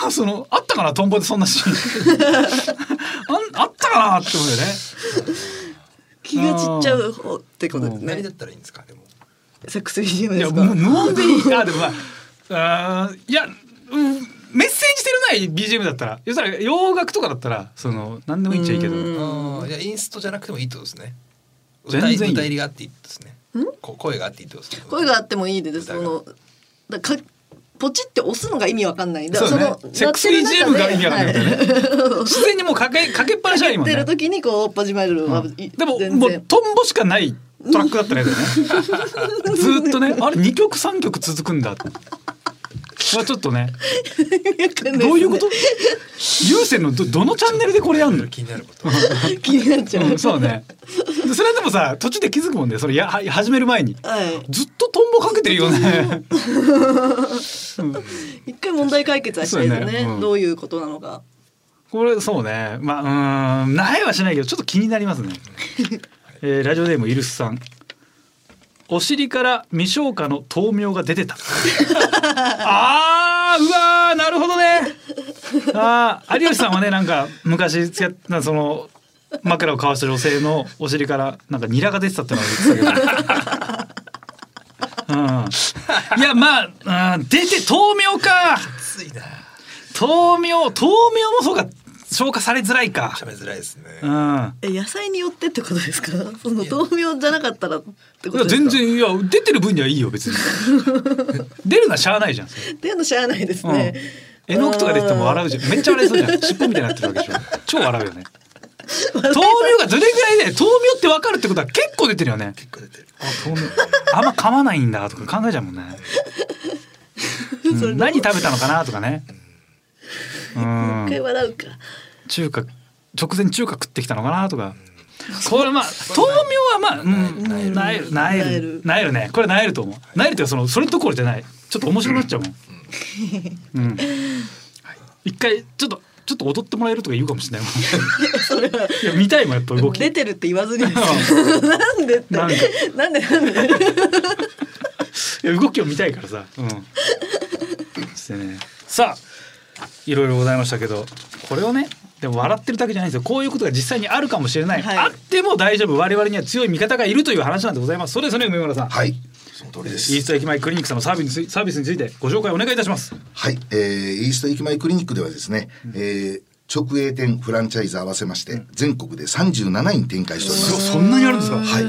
C: あそのあったかなトンボでそん なシーンあんあったかなって思うよね
D: 気が散っちゃう方ってことです
E: 何だ
D: ね
E: ったらいいんですかでも。
D: セックス BGM
C: い
D: で
C: や
D: すか
C: もう無音でいいあでもまああーいや、うん、メッセージ性のない BGM だったら要するに洋楽とかだったらその何でもいいっちゃいいけど
D: うん
E: ああいやインストじゃなくてもいいってことですね。
C: 全然いい
E: 歌い歌い入りがあっていいってことですね。こ声があっていいってことですね。
D: 声があってもいいです
E: 歌
D: そ
E: が
D: のだかポチって押すのが意味わかんないん
C: そうねセックス BGM が意味わかんないんだよね自然にもうかけかけっぱなしはいいもん
D: 出
C: ね
D: る時にこうパジマイルは、い
C: でも
D: 全
C: もう
D: 然
C: トンボしかないトラックだった ね。これねずーっとね、あれ二曲三曲続くんだ。はちょっとね、
D: 意味わかんなですね
C: どういうこと？優先のどどのチャンネルでこれやんの？
E: 気になること。
D: 気になっちゃう、
C: うん、そうね。でそれでもさ、途中で気づくもんね。それやは始める前に。
D: はい
C: ずっとトンボかけてるよね。
D: 一回問題解決はしたいです
C: そう
D: ね
C: ねうん
D: どういうことなのか
C: これそうねまあうーんないはしないけどちょっと気になりますね、えーラジオネームイルスさんお尻から未消化の豆苗が出てたあーうわーなるほどねあー有吉さんはねなんか昔付き合ったその枕を交わした女性のお尻からなんかニラが出てたってのは言ってたけどうん、いやまああー出て豆苗か
E: ついな。
C: 豆苗豆苗もそうか消化されづらいか
E: 喋りづらいですね。
C: うんいや
D: え野菜によってってことですかその豆苗じゃなかったらってことですか
C: 全然いや出てる分にはいいよ別 に出るのはしゃあないじゃんそれ
D: っていうのしゃあないですね、
C: えのきとか出てても笑うじゃんめっちゃ笑いそうじゃん尻尾みたいになってるわけでしょ超笑うよね豆苗がどれぐらいで豆苗ってわかるってことは結構出てるよね
E: 結構出てる。
C: あ豆苗あんま噛まないんだとか考えちゃうもんね、うん何食べたのかなとかねうん
D: 一回笑うか
C: 中華直前中華食ってきたのかなとか。これまあ豆苗はまあうんなえるなえるなえるねこれなえると思うなえるっていうかそのそれどころじゃないちょっと面白くなっちゃうもん、うん、一回ちょっとちょっと踊ってもらえるとか言うかもしれないもん いや見たいもんやっぱ動き
D: 出てるって言わずにですよなんでって
C: な
D: なんん
C: か
D: でなんで
C: いや動きを見たいからさ。うん。してね。さあ、いろいろございましたけど、これをね、でも笑ってるだけじゃないんですよ。こういうことが実際にあるかもしれない。
D: はい
C: あっても大丈夫。我々には強い味方がいるという話なんでございます。それですね、梅村さん。
F: はいその通りです
C: イースト駅前クリニックさんのサービスにつサービスについてご紹介お願いいたします。
F: はい、えー、イースト駅前クリニックではですね、えー直営店フランチャイズ合わせまして全国で37院展開しております。
C: んなにあるんですか。
F: はい。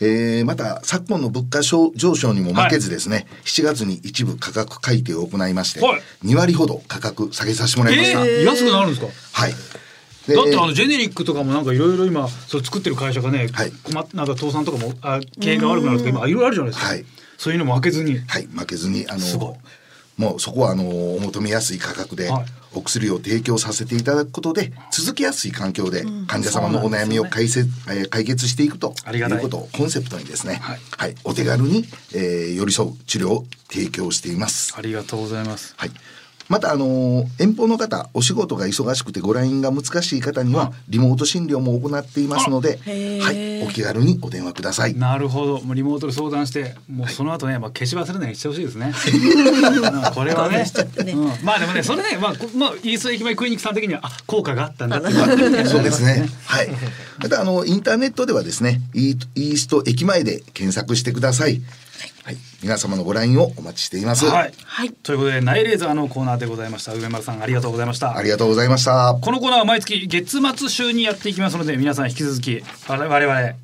F: えーまた昨今の物価上昇にも負けずですね、7月に一部価格改定を行いまして、
C: はい
F: 2割ほど価格下げさせてもらいまし
C: え
F: た、
C: ー、安くなるんですか。
F: はいで
C: だってあのジェネリックとかもなんかいろいろ今それ作ってる会社がね、
F: はい
C: 困っなんか倒産とかもあ経営が悪くなるとか今いろいろあるじゃないですか、
F: はい
C: そういうのも負けずに
F: はい、負けずにあの
C: すごい
F: もうそこはあのお求めやすい価格で
C: はい
F: お薬を提供させていただくことで続きやすい環境で患者様のお悩みを解説、えー解決していくと
C: あ
F: い
C: りがたいう
F: ことをコンセプトにですね、は
C: はいい
F: お手軽に、えー寄り添う治療を提供しています。
C: ありがとうございます
F: はい、また、あのー遠方の方お仕事が忙しくてご来院が難しい方にはリモート診療も行っていますので、
D: あへー
F: はい、お気軽にお電話ください。
C: なるほどもうリモートで相談してもうその後ね、まあ、消し忘れないようにしてほしいですねうんこれはね
D: しちゃってね
C: うんまあでもねそれね、まあ、こまあイースト駅前クリニックさん的にはあ効果があったんだっていうのがあって
F: そうですね。 はい。またあのインターネットではですね、イーイースト駅前で検索してください。はい。皆様のご来院をお待ちしています。
C: はい、
D: はい
C: ということでナイレーザーのコーナーでございました梅丸さんありがとうございました
F: ありがとうございました。
C: このコーナーは毎月月末週にやっていきますので皆さん引き続き我々我々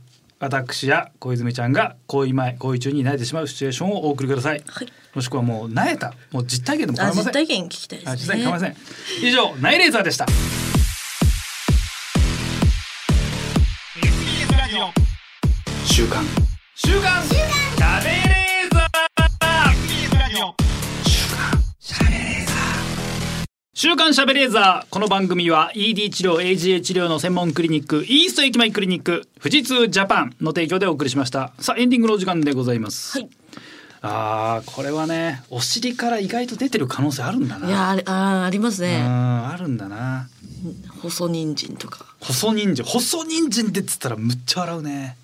C: 私や小泉ちゃんが行為前行為中に泣いてしまうシチュエーションをお送りください、
D: はい
C: もしくはもう泣えたもう実体験でも構
D: あ
C: いません
D: 実体験聞きたいですね
C: あ実際に構いません以上ナイレーザーでした週刊
B: 週刊食べレーザ
C: 週刊しゃべレーザーこの番組は ED 治療 AGA 治療の専門クリニックイースト駅前クリニック富士通ジャパンの提供でお送りしましたさあエンディングのお時間でございます、
D: はい
C: あーこれはねお尻から意外と出てる可能性あるんだない
D: やあれあーあります
C: うん
D: ね
C: あるんだな
D: 細人参とか
C: 細人参細人参でっつったらむっちゃ笑うね、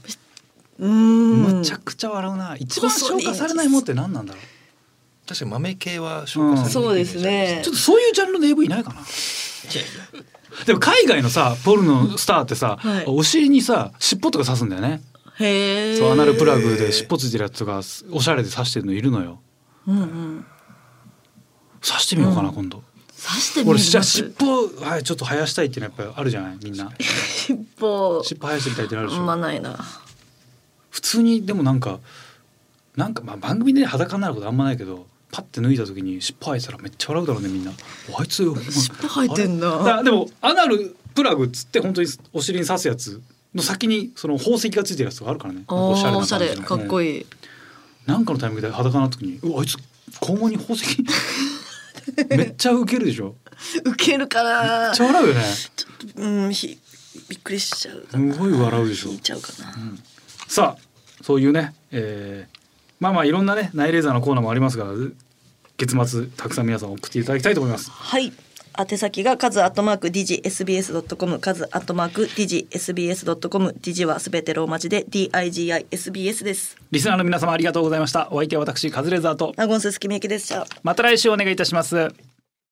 D: うーん
C: むちゃくちゃ笑うな一番消化されないもんって何なんだろう
E: 確かに豆系は消化される
D: そうですね
C: ちょっとそういうジャンルの AV いないかなでも海外のさポルノスターってさ、
D: はい
C: お尻にさ尻尾とか刺すんだよね
D: へえ
C: そうアナルプラグで尻尾ついてるやつとかおしゃれで刺してるのいるのよ
D: うんうん
C: 刺してみようかな、今度
D: 刺してみる
C: 俺じゃあ尻尾はいちょっと生やしたいっていうのはやっぱりあるじゃないみんな
D: 尻尾
C: 尻尾生やしてみたいってなるでしょ、
D: まあないな
C: 普通にでもなんかなんかまあ番組で裸になることあんまないけどパッて脱いだ時に尻尾生えてたらめっちゃ笑うだろうねみんなあいつよ
D: 尻尾生えてんな
C: あれだでもアナルプラグっつって本当にお尻に刺すやつの先にその宝石がついてるやつとかあるからね
D: あーお
C: な
D: しゃ
C: 感じ
D: れ
C: の
D: かっこ
C: うん
D: いい
C: なんかのタイミングで裸になった時にうわあいつ肛門に宝石 めっちゃウケるでしょ
D: ウケるか
C: め
D: ら
C: っちゃ笑うよ ね
D: うんひびっくりしちゃうかな
C: すごい笑うでしょ
D: 引いちゃうかな
C: さあそういうね、えーまあまあいろんなねナイレーザーのコーナーもありますが月末たくさん皆さん送っていただきたいと思います。
D: はい。宛先がカズアットマーク digsbs.com カズアットマーク digsbs.com d i はすべてローマ字で digisbs です。
C: リスナーの皆様ありがとうございました。お相手は私カズレーザーと
D: ナゴンススキミユキでした。
C: また来週お願いいたします。